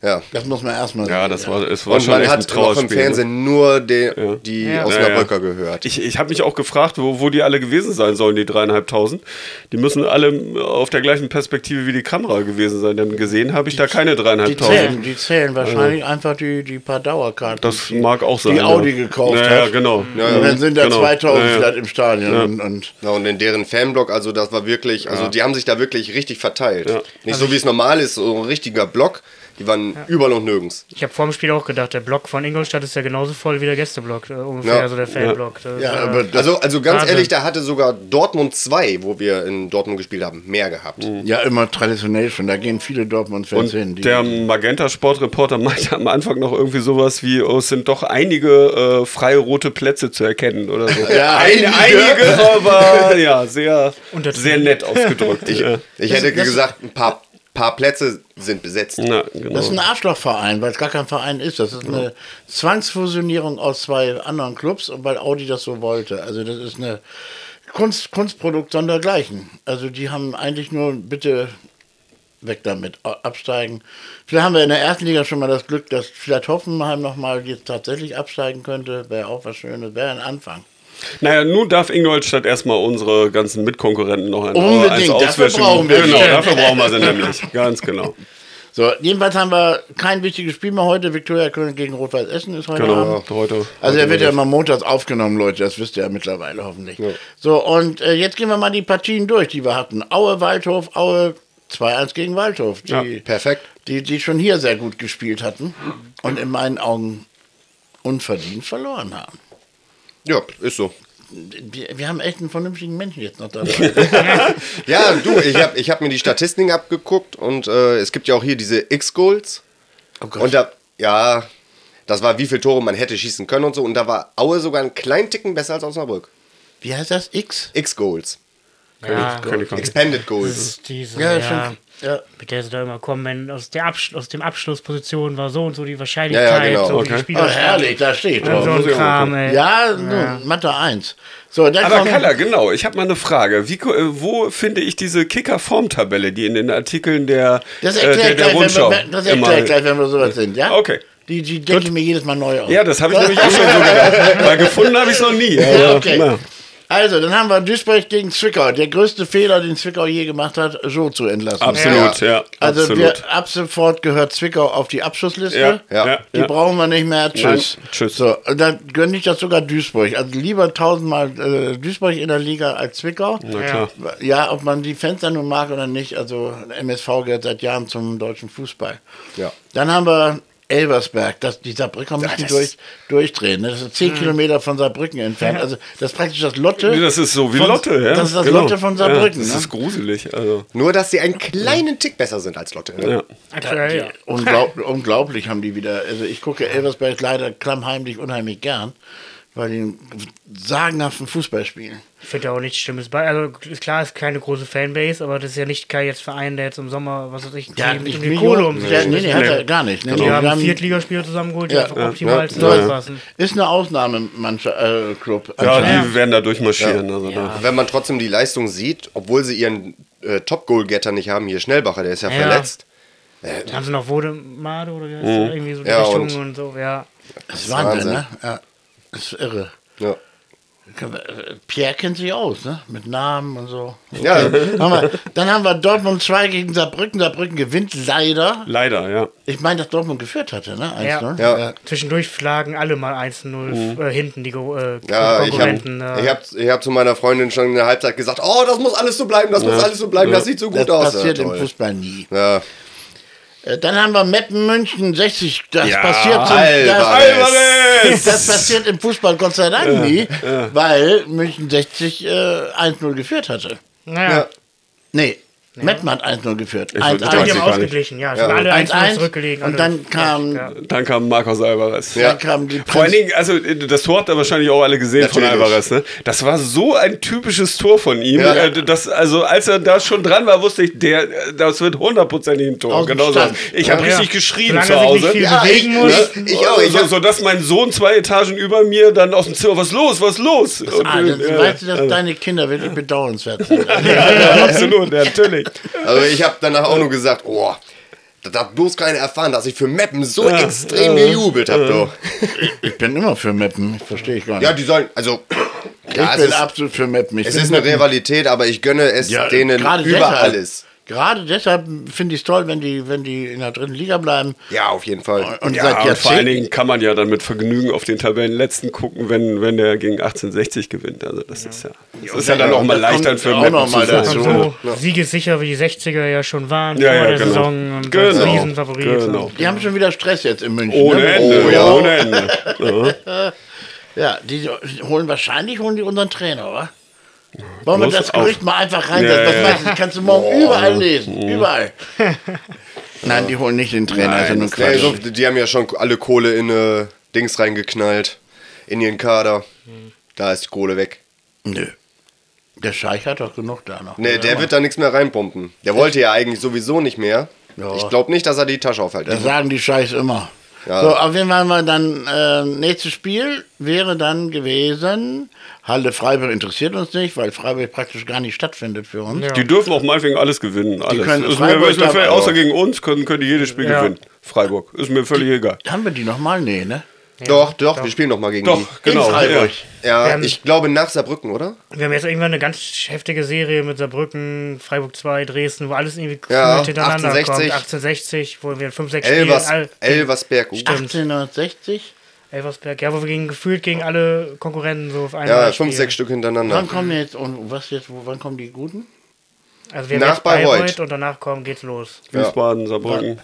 Speaker 4: Ja.
Speaker 1: Das muss man erstmal
Speaker 2: Ja, das war, es war
Speaker 4: Und
Speaker 2: schon
Speaker 4: man
Speaker 2: echt ein
Speaker 4: hat noch im
Speaker 2: Trauerspiel. ne?
Speaker 4: Fernsehen nur den, die
Speaker 3: Ja.
Speaker 4: Osnabrücker gehört.
Speaker 2: Ich, ich habe mich auch gefragt, wo, wo die alle gewesen sein sollen, die dreieinhalbtausend. Die müssen alle auf der gleichen Perspektive wie die Kamera gewesen sein, denn gesehen habe ich da keine
Speaker 1: Die
Speaker 2: dreieinhalbtausend.
Speaker 1: zählen, die zählen wahrscheinlich einfach die, die paar Dauerkarten.
Speaker 2: Das mag auch sein.
Speaker 1: Die
Speaker 2: ja.
Speaker 1: Audi gekauft
Speaker 2: ja,
Speaker 1: hat.
Speaker 2: Ja, genau.
Speaker 1: und dann sind da
Speaker 2: Genau.
Speaker 1: 2000
Speaker 2: Ja, ja.
Speaker 1: vielleicht im Stadion. Und, und
Speaker 4: Ja, und in deren Fanblock, also das war wirklich, also die haben sich da wirklich richtig verteilt. Nicht
Speaker 1: Also
Speaker 4: so wie es normal ist, so ein richtiger Block. Die waren überall und nirgends.
Speaker 3: Ich habe vor dem Spiel auch gedacht, der Block von Ingolstadt ist ja genauso voll wie der Gästeblock, äh, ungefähr,
Speaker 4: Ja.
Speaker 3: also der Fanblock. Das,
Speaker 1: ja,
Speaker 3: äh,
Speaker 1: aber das,
Speaker 4: Also, also ganz
Speaker 3: Wahnsinn.
Speaker 4: ehrlich, da hatte sogar Dortmund 2, wo wir in Dortmund gespielt haben, mehr gehabt.
Speaker 2: Mhm.
Speaker 1: ja, immer traditionell schon. Da gehen viele Dortmund-Fans hin.
Speaker 2: Und der Magenta-Sportreporter (laughs) meinte am Anfang noch irgendwie sowas wie, oh, es sind doch einige äh, freie rote Plätze zu erkennen oder so.
Speaker 1: (laughs) Ja,
Speaker 2: Ein,
Speaker 1: einige.
Speaker 2: einige,
Speaker 1: (laughs)
Speaker 2: aber ja, sehr,
Speaker 3: Untertrieben.
Speaker 2: sehr nett ausgedrückt.
Speaker 4: Ich,
Speaker 2: ja.
Speaker 4: ich hätte gesagt, ein paar, paar Plätze sind besetzt.
Speaker 2: Na, genau.
Speaker 1: Das ist ein Arschlochverein, weil es gar kein Verein ist. Das ist eine Zwangsfusionierung aus zwei anderen Clubs und weil Audi das so wollte. Also das ist eine Kunst, Kunstprodukt sondergleichen. Also die haben eigentlich nur bitte weg damit, a- absteigen. Vielleicht haben wir in der ersten Liga schon mal das Glück, dass vielleicht Hoffenheim nochmal jetzt tatsächlich absteigen könnte. Wäre auch was Schönes, wäre ein Anfang.
Speaker 2: Naja, nun darf Ingolstadt erstmal unsere ganzen Mitkonkurrenten noch ein
Speaker 1: Unbedingt,
Speaker 2: eins
Speaker 1: dafür
Speaker 2: auswischen.
Speaker 1: brauchen wir sie.
Speaker 2: Genau, dafür brauchen wir
Speaker 1: (laughs)
Speaker 2: sie nämlich. Ganz genau.
Speaker 1: So, jedenfalls haben wir kein wichtiges Spiel mehr heute. Viktoria Köln gegen Rot-Weiß Essen ist heute Abend.
Speaker 2: Genau, heute.
Speaker 1: Also der wird ja immer montags aufgenommen, Leute, das wisst ihr ja mittlerweile hoffentlich. So, und äh, jetzt gehen wir mal die Partien durch, die wir hatten. Aue, Waldhof, Aue 2-1 gegen Waldhof, die,
Speaker 2: Ja,
Speaker 4: Perfekt.
Speaker 1: die, die schon hier sehr gut gespielt hatten und in meinen Augen unverdient verloren haben.
Speaker 4: Ja, ist so.
Speaker 1: Wir, wir haben echt einen vernünftigen Menschen jetzt noch dabei.
Speaker 2: (laughs)
Speaker 4: Ja, du, ich habe ich hab mir die Statistiken abgeguckt und äh, es gibt ja auch hier diese X-Goals.
Speaker 1: Oh Gott.
Speaker 4: und da, ja, das war wie viele Tore man hätte schießen können und so. Und da war Aue sogar einen kleinen Ticken besser als Osnabrück.
Speaker 1: Wie heißt das? X?
Speaker 4: X-Goals.
Speaker 3: ja,
Speaker 4: Expanded
Speaker 3: das
Speaker 4: Goals.
Speaker 3: ist diese,
Speaker 1: Ja,
Speaker 3: ja,
Speaker 1: stimmt. Ja.
Speaker 3: mit der sie da immer kommen, wenn aus, der Absch aus dem Abschlussposition war so und so die Wahrscheinlichkeit,
Speaker 4: Ja, ja, genau.
Speaker 3: so
Speaker 2: Okay.
Speaker 3: die
Speaker 1: Oh,
Speaker 3: Spieler
Speaker 1: herrlich, da steht
Speaker 3: und so
Speaker 1: drauf.
Speaker 3: ein
Speaker 2: muss ich auch
Speaker 3: Kram,
Speaker 2: mal
Speaker 3: ey.
Speaker 1: Ja, nun, Mathe 1. So, dann
Speaker 2: Aber
Speaker 1: kommt-
Speaker 2: Kalla, genau, ich habe mal eine Frage. Wie, ko- äh, wo finde ich diese Kicker-Formtabelle, die in den Artikeln der,
Speaker 1: Das
Speaker 2: äh,
Speaker 1: erklärt,
Speaker 2: der, der
Speaker 1: gleich,
Speaker 2: Rundschau
Speaker 1: wenn wir, das
Speaker 2: immer-
Speaker 1: erklärt gleich, wenn wir sowas sind, ja?
Speaker 2: Okay.
Speaker 1: Die, die denke ich mir jedes Mal neu aus.
Speaker 2: Ja, das habe ich nämlich auch schon so gedacht. Weil gefunden habe ich es noch nie.
Speaker 1: Ja,
Speaker 2: Aber,
Speaker 1: okay.
Speaker 2: na,
Speaker 1: Also, dann haben wir Duisburg gegen Zwickau. Der größte Fehler, den Zwickau je gemacht hat, so zu entlassen.
Speaker 2: Absolut, ja.
Speaker 1: Also,
Speaker 2: absolut.
Speaker 1: wir, ab sofort gehört Zwickau auf die Abschussliste.
Speaker 2: ja, ja,
Speaker 4: ja.
Speaker 2: ja,
Speaker 1: Die brauchen wir nicht mehr. Tschüss.
Speaker 2: Nein, tschüss.
Speaker 1: So, und dann gönne ich das sogar Duisburg. Also lieber tausendmal äh, Duisburg in der Liga als Zwickau.
Speaker 2: Na klar.
Speaker 1: Ja, ob man die Fenster nun mag oder nicht, also MSV gehört seit Jahren zum deutschen Fußball.
Speaker 4: Ja.
Speaker 1: Dann haben wir Elversberg, das, die Saarbrücker müssen
Speaker 4: das-
Speaker 1: durch, durchdrehen. ne? Das ist 10 Kilometer von Saarbrücken entfernt. Also das ist praktisch das Lotte.
Speaker 2: Nee, das ist so wie
Speaker 1: von,
Speaker 2: Lotte, ja.
Speaker 1: Das ist das
Speaker 2: Genau.
Speaker 1: Lotte von Saarbrücken.
Speaker 2: Ja, das
Speaker 1: ne?
Speaker 2: ist gruselig. Also,
Speaker 4: Nur, dass sie einen kleinen Tick besser sind als Lotte. Ne?
Speaker 2: ja.
Speaker 3: Aktuell, ja.
Speaker 1: Unglaub, unglaublich haben die wieder. Also ich gucke Elversberg leider klammheimlich unheimlich gern, weil die einen sagenhaften Fußball spielen.
Speaker 3: Ich finde ja auch nichts Schlimmes bei. Also ist klar, ist keine große Fanbase, aber das ist ja nicht kein jetzt Verein, der jetzt im Sommer, was weiß ich,
Speaker 1: Der hat
Speaker 3: die-
Speaker 1: nicht
Speaker 3: die Kohle um sich
Speaker 1: der,
Speaker 3: schmissen.
Speaker 1: nee, nee, hat er gar nicht. Ne?
Speaker 3: Die
Speaker 1: Die
Speaker 3: haben
Speaker 1: haben-
Speaker 3: Viertligaspieler zusammengeholt, die
Speaker 1: Ja,
Speaker 3: einfach
Speaker 1: ja,
Speaker 3: optimal
Speaker 4: ja,
Speaker 3: zusammenpassen.
Speaker 1: ist eine Ausnahmemannschaft, äh, Club.
Speaker 2: ja,
Speaker 1: anscheinend.
Speaker 2: die werden da durchmarschieren. Also, Da.
Speaker 4: Wenn man trotzdem die Leistung sieht, obwohl sie ihren äh, Top-Goal-Getter nicht haben, hier Schnellbacher, der ist ja,
Speaker 3: Ja.
Speaker 4: verletzt.
Speaker 3: Da haben sie noch Wodemade oder wie heißt das? Irgendwie so die
Speaker 4: Ja,
Speaker 3: Richtung und,
Speaker 4: und-
Speaker 3: so, ja.
Speaker 1: Das ist Wahnsinn,
Speaker 4: Wahnsinn.
Speaker 1: ne? Ja, das ist irre. äh,
Speaker 4: Ja.
Speaker 1: Pierre kennt sich aus, ne? Mit Namen und so.
Speaker 4: Ja.
Speaker 1: Haben wir, dann haben wir Dortmund 2 gegen Saarbrücken. Saarbrücken gewinnt leider.
Speaker 2: Leider, ja.
Speaker 1: Ich meine, dass Dortmund geführt hatte, ne? 1-0.
Speaker 4: Ja.
Speaker 3: Zwischendurch schlagen alle mal 1-0 äh, hinten, die Go- äh,
Speaker 4: Ja, ich habe
Speaker 3: Konkurrenten. äh,
Speaker 4: ich hab, ich hab zu meiner Freundin schon in der Halbzeit gesagt, oh, das muss alles so bleiben, das muss alles so bleiben, das sieht so
Speaker 1: Das
Speaker 4: gut aus.
Speaker 1: passiert
Speaker 4: ja,
Speaker 1: im
Speaker 4: toll.
Speaker 1: Fußball nie.
Speaker 4: Ja.
Speaker 1: Äh, Dann haben wir Meppen München 60. Das
Speaker 2: Ja,
Speaker 1: passiert zum,
Speaker 4: Alvarez.
Speaker 1: das, das passiert im Fußball Gott sei Dank nie, weil München 60 äh, 1-0 geführt hatte.
Speaker 3: naja,
Speaker 1: Nee, Meppen hat 1-0 geführt.
Speaker 2: wollte
Speaker 3: ja. die
Speaker 1: 1-1.
Speaker 2: weiß
Speaker 3: haben
Speaker 2: ich gar
Speaker 3: ausgeglichen, ja. Es waren alle 1-1 zurückgelegen.
Speaker 1: 1-1 und
Speaker 3: alle.
Speaker 1: dann kam,
Speaker 3: Ja.
Speaker 2: Dann kam Marcos Alvarez.
Speaker 4: Ja.
Speaker 1: dann kam die
Speaker 2: Vor allen
Speaker 1: Prinz-
Speaker 2: Dingen, also äh, das Tor habt ihr wahrscheinlich auch alle gesehen von
Speaker 4: Natürlich.
Speaker 2: Alvarez. Ne? Das war so ein typisches Tor von ihm.
Speaker 4: Ja.
Speaker 2: Äh, Das, also als er da schon dran war, wusste ich, der, äh, das wird hundertprozentig ein Tor.
Speaker 1: Aus dem
Speaker 2: Genau so.
Speaker 1: Stand.
Speaker 2: Ich habe
Speaker 3: Ja.
Speaker 2: richtig geschrien
Speaker 3: Solange
Speaker 2: zu
Speaker 3: er sich
Speaker 2: Hause.
Speaker 3: nicht viel
Speaker 4: Ja,
Speaker 3: bewegen
Speaker 4: ich-
Speaker 3: muss.
Speaker 4: ne? Ich auch, ich
Speaker 2: so,
Speaker 4: hab-
Speaker 2: so dass mein Sohn zwei Etagen über mir dann aus dem Zimmer, was los, was los? Und,
Speaker 1: Ah, das,
Speaker 2: äh,
Speaker 1: weißt du, dass deine Kinder wirklich bedauernswert sind.
Speaker 2: (laughs)
Speaker 1: Also,
Speaker 2: ja, ja, absolut, ja, natürlich.
Speaker 4: Also ich habe danach auch nur gesagt, oh, das hat bloß keiner erfahren, dass ich für Mappen so extrem gejubelt habe. doch.
Speaker 1: Ich bin immer für Meppen, ich verstehe ich gar nicht.
Speaker 4: Ja, die sollen, also klar,
Speaker 1: ich
Speaker 4: es,
Speaker 1: bin
Speaker 4: ist,
Speaker 1: absolut für Meppen. Ich
Speaker 4: es
Speaker 1: bin
Speaker 4: ist eine
Speaker 1: Meppen-
Speaker 4: Rivalität, aber ich gönne es
Speaker 1: Ja,
Speaker 4: denen über
Speaker 1: gerade deshalb-
Speaker 4: alles.
Speaker 1: Gerade deshalb finde ich es toll, wenn die, wenn die in der dritten Liga bleiben.
Speaker 4: Ja, auf jeden Fall.
Speaker 1: Und seit
Speaker 2: Ja, und vor allen
Speaker 1: Jahrzehnten
Speaker 2: Dingen kann man ja dann mit Vergnügen auf den Tabellenletzten gucken, wenn, wenn der gegen 1860 gewinnt. Also das ist ja, das ist ja dann auch mal
Speaker 1: das
Speaker 2: leichter
Speaker 1: kommt
Speaker 2: für
Speaker 1: auch noch
Speaker 2: Mappen
Speaker 1: mal
Speaker 2: zu
Speaker 1: dazu.
Speaker 2: fassen.
Speaker 3: so siegessicher, wie die 60er ja schon waren
Speaker 2: Ja,
Speaker 3: vor
Speaker 2: ja,
Speaker 3: der
Speaker 2: genau.
Speaker 3: Saison und
Speaker 2: Genau.
Speaker 3: als Riesenfavorit.
Speaker 2: Genau.
Speaker 1: Die haben schon wieder Stress jetzt in München.
Speaker 2: Ohne
Speaker 1: ne?
Speaker 2: Ende,
Speaker 4: Oh, ja.
Speaker 2: ohne Ende. Ja.
Speaker 1: Ja, die holen wahrscheinlich holen die unseren Trainer, oder? Wollen wir
Speaker 2: Muss
Speaker 1: das Gerücht
Speaker 2: auf.
Speaker 1: mal einfach reinsetzen?
Speaker 2: Ja, ja,
Speaker 1: Was meinst du? Das kannst du morgen überall lesen. Überall. Nein, die holen nicht den Trainer, also nur
Speaker 4: Ja,
Speaker 1: Quatsch.
Speaker 4: so, die haben ja schon alle Kohle in äh, Dings reingeknallt, in ihren Kader.
Speaker 3: Hm.
Speaker 4: Da ist die Kohle weg.
Speaker 1: Nö. Der Scheich hat doch genug da noch.
Speaker 4: Nee, der wird da nichts mehr reinpumpen. Der wollte ja eigentlich sowieso nicht mehr.
Speaker 1: Ja.
Speaker 4: Ich glaube nicht, dass er die Tasche aufhält.
Speaker 1: Das sagen die Scheichs immer.
Speaker 4: Ja.
Speaker 1: So, auf jeden Fall haben wir dann, äh, nächstes Spiel wäre dann gewesen, Halle Freiburg interessiert uns nicht, weil Freiburg praktisch gar nicht stattfindet für uns.
Speaker 3: Ja.
Speaker 2: Die dürfen auch meinetwegen alles gewinnen. Alles.
Speaker 1: können
Speaker 2: ist mir,
Speaker 1: Freiburg
Speaker 2: ist mir
Speaker 1: da-
Speaker 2: völlig, außer gegen uns können, können die jedes Spiel
Speaker 3: Ja.
Speaker 2: gewinnen. Freiburg. Ist mir völlig egal.
Speaker 1: Haben wir die nochmal? Nee, ne?
Speaker 4: doch, doch, wir spielen noch mal gegen
Speaker 2: Doch,
Speaker 1: In
Speaker 2: genau. Ja.
Speaker 1: Freiburg.
Speaker 4: die. Ja,
Speaker 3: Ähm,
Speaker 4: ich glaube nach Saarbrücken, oder?
Speaker 3: Wir haben jetzt irgendwann eine ganz heftige Serie mit Saarbrücken, Freiburg 2, Dresden, wo alles irgendwie
Speaker 4: Ja,
Speaker 3: gefühlt hintereinander
Speaker 4: 1860.
Speaker 3: kommt. 1860, wo wir in 5, 6
Speaker 4: Elvers,
Speaker 3: Spielen, all,
Speaker 4: Elversberg. Uh.
Speaker 1: 1860?
Speaker 3: Elversberg, ja, wo wir gegen, gefühlt gegen alle Konkurrenten so auf einmal
Speaker 4: Ja,
Speaker 3: spielen.
Speaker 4: fünf, sechs Stück hintereinander.
Speaker 1: Wann kommen jetzt und was jetzt, wo, wann kommen die Guten?
Speaker 3: Also wir
Speaker 4: Nach
Speaker 3: haben jetzt Bayreuth.
Speaker 4: Bayreuth.
Speaker 3: und danach kommen, geht's los.
Speaker 2: Wiesbaden, Saarbrücken.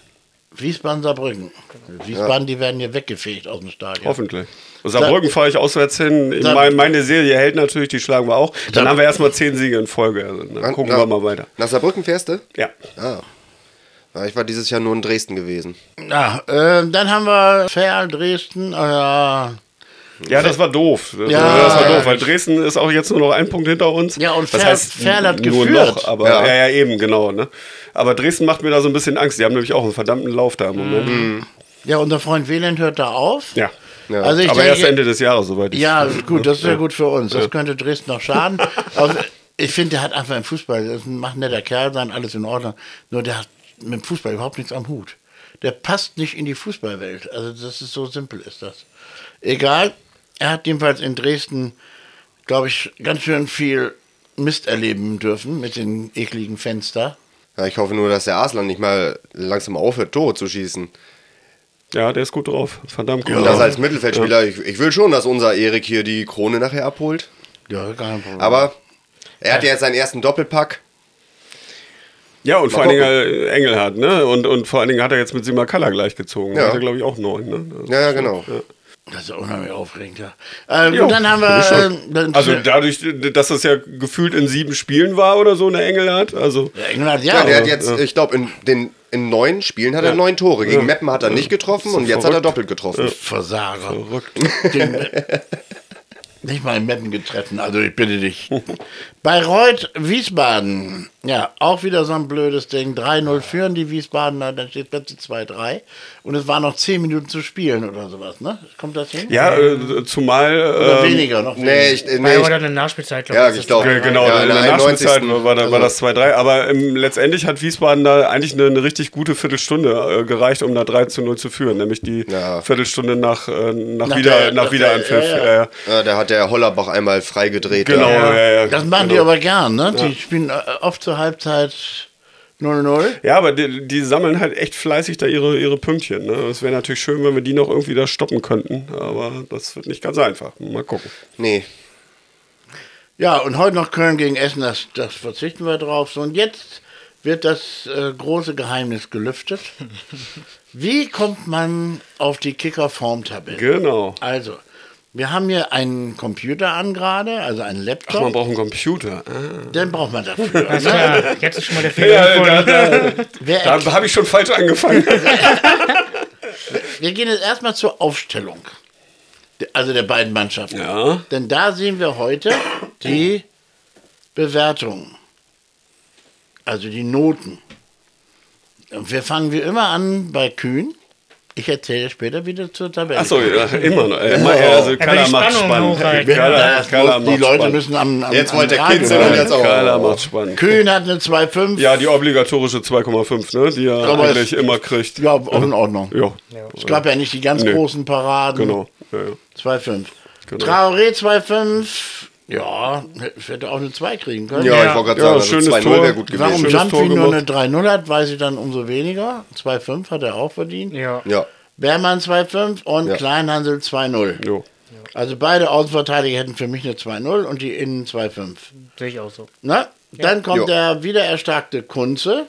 Speaker 1: Wiesbaden, Saarbrücken.
Speaker 4: Genau.
Speaker 1: Wiesbaden, die werden hier weggefegt aus dem Stadion.
Speaker 2: Hoffentlich. Saarbrücken fahre ich auswärts hin. Ich
Speaker 1: Saar-
Speaker 2: mein, meine Serie hält natürlich, die schlagen wir auch. Dann
Speaker 1: Saar-
Speaker 2: haben wir erstmal zehn Siege in Folge. Also, dann gucken
Speaker 4: Na-
Speaker 2: wir mal weiter.
Speaker 4: Nach Saarbrücken fährst du?
Speaker 2: Ja.
Speaker 4: Ah. Ja, Ich war dieses Jahr nur in Dresden gewesen.
Speaker 1: Na, ähm, dann haben wir Ferl, Dresden, äh, ja.
Speaker 2: Ja, das war doof. Das,
Speaker 1: Ja.
Speaker 2: das war doof, weil Dresden ist auch jetzt nur noch ein Punkt hinter uns.
Speaker 1: Ja, und
Speaker 2: das
Speaker 1: Ferl-
Speaker 2: heißt,
Speaker 1: Ferl hat
Speaker 2: nur
Speaker 1: geführt.
Speaker 2: noch, aber
Speaker 4: Ja.
Speaker 2: ja. ja, eben, genau. Ne? Aber Dresden macht mir da so ein bisschen Angst. Die haben nämlich auch einen verdammten Lauf da im Moment.
Speaker 1: Mhm. ja, unser Freund Wieland hört da auf.
Speaker 2: Ja.
Speaker 4: Ja.
Speaker 1: Also ich
Speaker 2: aber erst
Speaker 1: denke,
Speaker 2: Ende des Jahres, soweit ich
Speaker 1: Ja, gut, das ist ja gut für uns. Das könnte Dresden noch schaden. Aber ich finde, der hat einfach im Fußball, das ist ein macht ein netter Kerl sein, alles in Ordnung. Nur der hat mit dem Fußball überhaupt nichts am Hut. Der passt nicht in die Fußballwelt. Also das ist so simpel ist das. Egal, er hat jedenfalls in Dresden, glaube ich, ganz schön viel Mist erleben dürfen mit den ekligen Fenster.
Speaker 4: Ja, ich hoffe nur, dass der Arslan nicht mal langsam aufhört, Tore zu schießen.
Speaker 2: Ja, der ist gut drauf. Verdammt gut.
Speaker 4: Und
Speaker 2: drauf.
Speaker 4: das als Mittelfeldspieler. Ich, ich will schon, dass unser Erik hier die Krone nachher abholt.
Speaker 1: Ja, kein Problem.
Speaker 4: Aber er hat ja jetzt seinen ersten Doppelpack.
Speaker 2: Ja, und vor
Speaker 4: Mal
Speaker 2: allen Dingen
Speaker 4: gucken.
Speaker 2: äh, Engelhardt, ne? Und, und vor allen Dingen hat er jetzt mit Simakala gleichgezogen.
Speaker 4: Ja.
Speaker 2: Ja. Hat er, glaube ich, auch neun, ne? Das-
Speaker 4: Ja, ja, genau.
Speaker 1: Das ist ja unheimlich aufregend, ja. Ähm,
Speaker 2: Jo,
Speaker 1: gut, dann haben
Speaker 2: finde ich
Speaker 1: wir.
Speaker 2: schon.
Speaker 1: ähm, dann-
Speaker 2: also dadurch, dass das ja gefühlt in sieben Spielen war oder so, eine Engelhardt. Also,
Speaker 1: Ja, England, ja.
Speaker 4: Ja, der hat
Speaker 1: aber-
Speaker 4: jetzt, ich glaube, in den in neun Spielen hat er
Speaker 2: äh, Ja.
Speaker 4: neun Tore. Gegen
Speaker 2: Ja.
Speaker 4: Meppen hat er nicht getroffen und jetzt hat er doppelt getroffen.
Speaker 1: Versager.
Speaker 2: Verrückt.
Speaker 1: Den, nicht mal in Meppen getroffen, also ich bitte dich. Bayreuth, Wiesbaden. Ja, auch wieder so ein blödes Ding. 3-0 führen die Wiesbadener, dann steht plötzlich 2-3. Und es waren noch 10 Minuten zu spielen oder sowas, ne? Kommt das hin?
Speaker 2: ja, äh, zumal.
Speaker 1: Oder
Speaker 2: ähm,
Speaker 1: weniger noch?
Speaker 4: Nee, ich, nee,
Speaker 3: Bayer war
Speaker 4: ich,
Speaker 3: dann in der Nachspielzeit, glaube
Speaker 4: ja,
Speaker 3: das
Speaker 4: ich glaube. (laughs)
Speaker 2: Ja, genau,
Speaker 4: ja,
Speaker 2: in der Nachspielzeit
Speaker 4: 91.
Speaker 2: war, da, war das
Speaker 4: Also,
Speaker 2: 2-3, aber ähm, letztendlich hat Wiesbaden da eigentlich eine, eine richtig gute Viehtelstunde äh, gereicht, um da 3 zu 0 zu führen, nämlich die
Speaker 4: Ja.
Speaker 2: Viertelstunde nach, äh, nach,
Speaker 1: Nach
Speaker 2: wieder,
Speaker 1: der- nach
Speaker 2: nach Wiederanpfiff.
Speaker 1: der- ja,
Speaker 2: Ja,
Speaker 1: ja.
Speaker 2: ja.
Speaker 4: ja, äh, da hat der Hollerbach einmal freigedreht.
Speaker 2: Genau,
Speaker 4: Ja.
Speaker 2: ja, ja. Also,
Speaker 1: Das machen die aber gern, ne? Die spielen äh, oft zur Halbzeit 0-0.
Speaker 2: Ja, aber die, die sammeln halt echt fleißig da ihre, ihre Pünktchen. Ne? Es wäre natürlich schön, wenn wir die noch irgendwie da stoppen könnten, aber das wird nicht ganz einfach. Mal gucken.
Speaker 4: Nee.
Speaker 1: Ja, und heute noch Köln gegen Essen, das, das verzichten wir drauf. So, und jetzt wird das äh, große Geheimnis gelüftet. Wie kommt man auf die Kicker-Formtabelle?
Speaker 2: Genau.
Speaker 1: also, wir haben hier einen Computer an gerade, also einen
Speaker 2: Ach, man
Speaker 1: Laptop.
Speaker 2: braucht einen Computer. Ah.
Speaker 1: den braucht man dafür.
Speaker 3: Alles
Speaker 1: ne?
Speaker 3: klar, jetzt ist schon
Speaker 2: (laughs)
Speaker 3: mal der Fehler
Speaker 2: Ja,
Speaker 3: gefunden.
Speaker 2: da, da,
Speaker 1: Wer
Speaker 2: da habe ich schon falsch angefangen.
Speaker 1: Wir gehen jetzt erstmal zur Aufstellung. Der- Also der beiden Mannschaften.
Speaker 2: Ja.
Speaker 1: Denn da sehen wir heute die Bewertungen. Also die Noten. Und wir fangen wie immer an bei Kühn. Ich erzähle später wieder zur Tabelle.
Speaker 2: Achso, ja, immer noch. Immer, also
Speaker 3: will
Speaker 2: Kala
Speaker 3: die
Speaker 2: macht
Speaker 3: Spannung
Speaker 2: spannend.
Speaker 3: hochhalten.
Speaker 2: Kala,
Speaker 1: Das
Speaker 2: Kala
Speaker 1: muss, die
Speaker 2: macht
Speaker 1: Leute
Speaker 2: spannend.
Speaker 1: müssen am, am
Speaker 4: Jetzt
Speaker 1: am
Speaker 4: wollte
Speaker 1: Rad
Speaker 4: kitzeln
Speaker 1: bleiben.
Speaker 4: und jetzt auch.
Speaker 2: Kala macht spannend.
Speaker 1: Kühn hat eine 2,5.
Speaker 2: Ja, die obligatorische 2,5, ne, die er
Speaker 1: Aber
Speaker 2: eigentlich
Speaker 1: es-
Speaker 2: immer kriegt.
Speaker 1: ja, auch in Ordnung.
Speaker 2: Ja.
Speaker 1: Es gab ja nicht die ganz
Speaker 2: Nö.
Speaker 1: großen Paraden.
Speaker 2: Genau. Ja, ja.
Speaker 1: 2,5.
Speaker 2: Genau.
Speaker 1: Traoré 2,5. Ja, ich hätte auch eine 2 kriegen können.
Speaker 4: Ja,
Speaker 3: Ja.
Speaker 4: ich wollte gerade
Speaker 2: Ja,
Speaker 4: sagen,
Speaker 2: schönes
Speaker 4: also 2-0
Speaker 2: Tor.
Speaker 4: wäre gut gewesen.
Speaker 1: Warum
Speaker 2: schönes
Speaker 1: Jumpy
Speaker 2: Tor
Speaker 1: nur eine
Speaker 2: gemacht.
Speaker 1: 3-0 hat, weiß ich dann umso weniger. 2,5 hat er auch verdient.
Speaker 3: Ja.
Speaker 4: Ja.
Speaker 1: Beermann 2,5 und
Speaker 4: Ja.
Speaker 1: Kleinhansel 2-0.
Speaker 2: Jo.
Speaker 1: Also beide Außenverteidiger hätten für mich eine 2-0 und die Innen 2-5.
Speaker 3: Sehe ich auch so.
Speaker 1: Na, dann kommt
Speaker 4: Jo.
Speaker 1: der wiedererstarkte Kunze.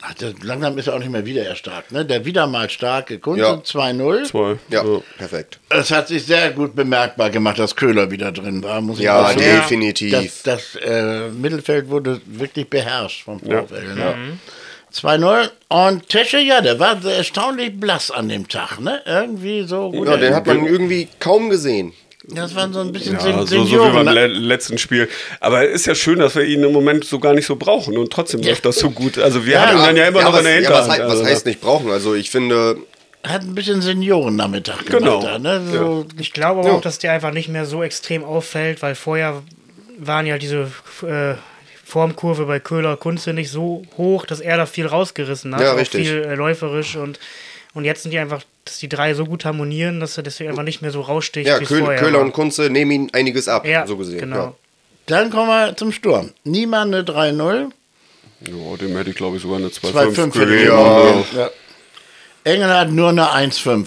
Speaker 1: Ach, das, langsam ist er auch nicht mehr wiedererstarkt. Ne? Der wieder mal starke Kunze
Speaker 4: Ja.
Speaker 1: 2-0.
Speaker 2: Zwei.
Speaker 4: Ja,
Speaker 2: Ja.
Speaker 4: perfekt.
Speaker 1: Es hat sich sehr gut bemerkbar gemacht, dass Köhler wieder drin war, muss ich
Speaker 4: Ja,
Speaker 1: sagen. Das,
Speaker 4: definitiv.
Speaker 1: das äh, Mittelfeld wurde wirklich beherrscht vom
Speaker 2: Ja.
Speaker 1: VfL. Ne? 2-0 und Tesche, ja, der war sehr erstaunlich blass an dem Tag, ne? Irgendwie so. gut.
Speaker 4: Ja, den hat man irgendwie kaum gesehen.
Speaker 1: das waren so ein bisschen
Speaker 2: Ja,
Speaker 1: Sen-
Speaker 2: so, so wie
Speaker 1: Senioren.
Speaker 2: beim
Speaker 1: ne?
Speaker 2: le letzten Spiel. Aber es ist ja schön, dass wir ihn im Moment so gar nicht so brauchen und trotzdem läuft das so gut. Also wir
Speaker 1: Ja,
Speaker 2: hatten ihn dann ja immer noch
Speaker 4: was,
Speaker 2: in der
Speaker 4: ja,
Speaker 2: Hinterhand.
Speaker 4: was, hei- was
Speaker 2: also,
Speaker 4: heißt nicht brauchen? Also ich finde,
Speaker 1: Hat ein bisschen Senioren-Nachmittag gemacht.
Speaker 2: Genau.
Speaker 1: Da, ne? so,
Speaker 3: Ich glaube aber auch, dass der einfach nicht mehr so extrem auffällt, weil vorher waren ja diese äh, Formkurve bei Köhler Kunze nicht so hoch, dass er da viel rausgerissen hat.
Speaker 4: Ja,
Speaker 3: auch
Speaker 4: richtig.
Speaker 3: Viel äh, läuferisch und, und jetzt sind die einfach, dass die drei so gut harmonieren, dass er deswegen einfach nicht mehr so raussticht.
Speaker 4: ja,
Speaker 3: wie es
Speaker 4: Köhl,
Speaker 3: vorher
Speaker 4: Köhler
Speaker 3: war.
Speaker 4: und Kunze nehmen ihn einiges ab,
Speaker 3: ja,
Speaker 4: so gesehen.
Speaker 3: Genau.
Speaker 4: Ja.
Speaker 1: Dann kommen wir zum Sturm. Niemann eine 3-0.
Speaker 2: ja, dem hätte ich glaube ich sogar eine 2,5
Speaker 1: 2-5 hätte
Speaker 2: gegeben.
Speaker 1: ich
Speaker 2: Ja.
Speaker 1: gegeben. Ja. Engel hat nur eine 1-5.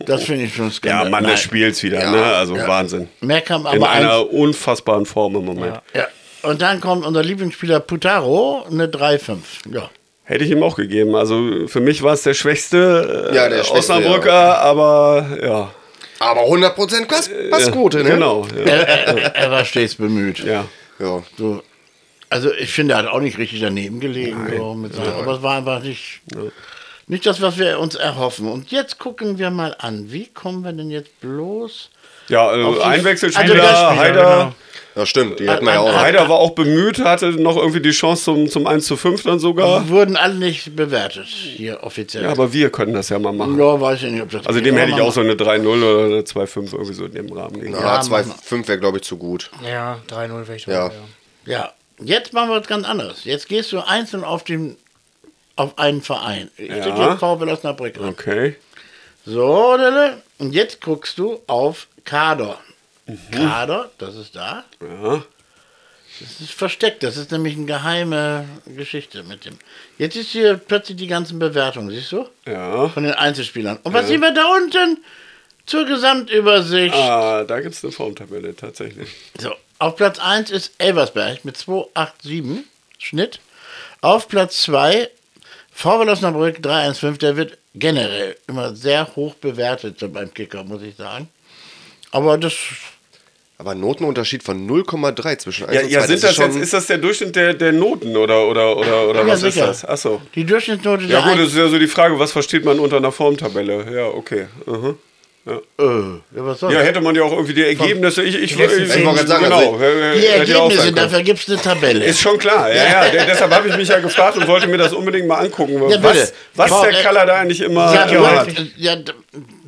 Speaker 1: Das finde ich schon
Speaker 2: ja,
Speaker 1: skandal.
Speaker 2: Mann,
Speaker 1: Nein.
Speaker 2: das Spiel's wieder. Ne? Also Wahnsinn.
Speaker 1: Meckham
Speaker 2: In
Speaker 1: aber eins.
Speaker 2: einer unfassbaren Form im Moment.
Speaker 1: Ja. Und dann kommt unser Lieblingsspieler Putaro, eine 3-5. Ja.
Speaker 2: Hätte ich ihm auch gegeben. Also für mich war es der schwächste, äh,
Speaker 4: Ja, der schwächste,
Speaker 2: Osnabrücker, aber ja.
Speaker 4: Aber 100% Pass Passquote, ne?
Speaker 2: Genau. Ja.
Speaker 1: Er, er, er war stets bemüht.
Speaker 2: ja.
Speaker 4: Ja.
Speaker 1: So. Also ich finde, er hat auch nicht richtig daneben gelegen. So mit seinem- aber es war einfach nicht, nicht das, was wir uns erhoffen. Und jetzt gucken wir mal an, wie kommen wir denn jetzt bloß
Speaker 2: ja
Speaker 1: Auf die-
Speaker 2: also
Speaker 1: also
Speaker 2: Einwechselspieler,
Speaker 1: der Spieler,
Speaker 2: Haider.
Speaker 3: genau.
Speaker 4: Das stimmt, die hat man ja
Speaker 1: an-
Speaker 4: auch.
Speaker 1: an-
Speaker 2: Haider war auch bemüht, hatte noch irgendwie die Chance zum, zum 1 zu 5 dann sogar.
Speaker 1: Wurden alle nicht bewertet, hier offiziell.
Speaker 2: Ah. Ja, aber wir können das ja mal machen.
Speaker 1: Ja, weiß ich nicht, ob das
Speaker 2: Also
Speaker 1: geht,
Speaker 2: dem
Speaker 1: aber
Speaker 2: hätte ich
Speaker 1: machen
Speaker 2: auch so eine 3-0 oder eine 2-5 irgendwie so in dem Rahmen gegeben.
Speaker 4: Ja,
Speaker 1: Ja,
Speaker 4: 2-5 wäre, glaube ich, zu gut.
Speaker 3: Ja, 3-0 wäre ich
Speaker 4: Ja.
Speaker 3: auch, ja.
Speaker 1: wir- Ja, jetzt machen wir was ganz anderes. Jetzt gehst du einzeln auf den auf einen Verein. Ich ja.
Speaker 2: Ja.
Speaker 1: jetzt VfL Osnabrück an.
Speaker 2: Okay.
Speaker 1: So, Dille. und jetzt guckst du auf Kader.
Speaker 2: Mhm.
Speaker 1: Kader, das ist da.
Speaker 2: Ja.
Speaker 1: Das ist versteckt. Das ist nämlich eine geheime Geschichte mit dem. Jetzt ist hier plötzlich die ganzen Bewertungen, siehst du?
Speaker 2: Ja.
Speaker 1: Von den Einzelspielern. Und was sehen wir da unten? Zur Gesamtübersicht.
Speaker 2: Ah, da gibt es eine Formtabelle tatsächlich.
Speaker 1: So, auf Platz 1 ist Elversberg mit 287 Schnitt. Auf Platz 2 VW Osnabrück 315, der wird generell immer sehr hoch bewertet so beim Kicker, muss ich sagen. Aber das
Speaker 4: Aber ein Notenunterschied von 0,3 zwischen 1
Speaker 2: Ja,
Speaker 4: und 2.
Speaker 2: ja sind das
Speaker 4: schon-
Speaker 2: jetzt, ist das der Durchschnitt der, der Noten oder, oder, oder, oder
Speaker 1: Ja,
Speaker 2: was
Speaker 1: sicher.
Speaker 2: ist das? Achso.
Speaker 1: die Durchschnittsnote
Speaker 2: Ja
Speaker 1: der
Speaker 2: gut,
Speaker 1: Ein-
Speaker 2: das ist ja so die Frage, was versteht man unter einer Formtabelle? Ja, okay. Mhm.
Speaker 1: Äh, ja, was soll
Speaker 2: Ja,
Speaker 1: das?
Speaker 2: hätte man ja auch irgendwie die Ergebnisse. Ich, ich,
Speaker 3: Die letzten
Speaker 2: ich-
Speaker 3: zehn. Ich wollte
Speaker 4: gerade sagen,
Speaker 2: genau,
Speaker 4: also
Speaker 2: äh,
Speaker 1: die
Speaker 2: hätte ja auch
Speaker 1: Ergebnisse,
Speaker 2: sein können.
Speaker 1: dafür gibt es eine Tabelle.
Speaker 2: Ist schon klar, ja, ja. De- Deshalb habe ich mich ja gefragt und wollte mir das unbedingt mal angucken.
Speaker 1: Ja, bitte.
Speaker 2: was was
Speaker 1: Boah,
Speaker 2: der
Speaker 1: äh,
Speaker 2: Kaller da eigentlich immer
Speaker 1: Ja,
Speaker 2: immer
Speaker 1: ja,
Speaker 2: hat.
Speaker 3: häufig.
Speaker 1: ja, d-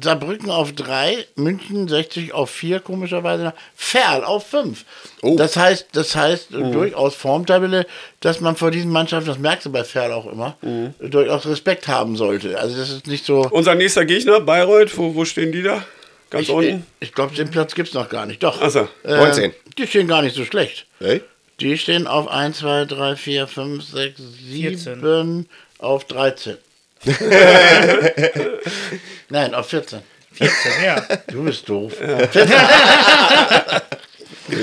Speaker 1: Saarbrücken auf 3, München 60 auf 4, komischerweise. Ferl auf 5.
Speaker 2: Oh.
Speaker 1: Das heißt, das heißt äh, durchaus Formtabelle, dass man vor diesen Mannschaften, das merkst du bei Ferl auch immer,
Speaker 2: Oh.
Speaker 1: äh, durchaus Respekt haben sollte. Also das ist nicht so.
Speaker 2: Unser nächster Gegner, Bayreuth, wo, wo stehen die da? Ganz
Speaker 1: Ich, ich,
Speaker 2: unten?
Speaker 1: ich glaube, den Platz gibt es noch gar nicht. Doch. Ähm,
Speaker 2: Ach so,
Speaker 4: 19.
Speaker 1: Die stehen gar nicht so schlecht.
Speaker 4: Ey?
Speaker 1: Die stehen auf 1, 2, 3, 4, 5, 6,
Speaker 3: 14.
Speaker 1: 7, auf
Speaker 2: (laughs)
Speaker 1: 13. Nein, auf 14.
Speaker 3: 14, ja.
Speaker 4: (laughs)
Speaker 1: Du bist doof. 14. (laughs)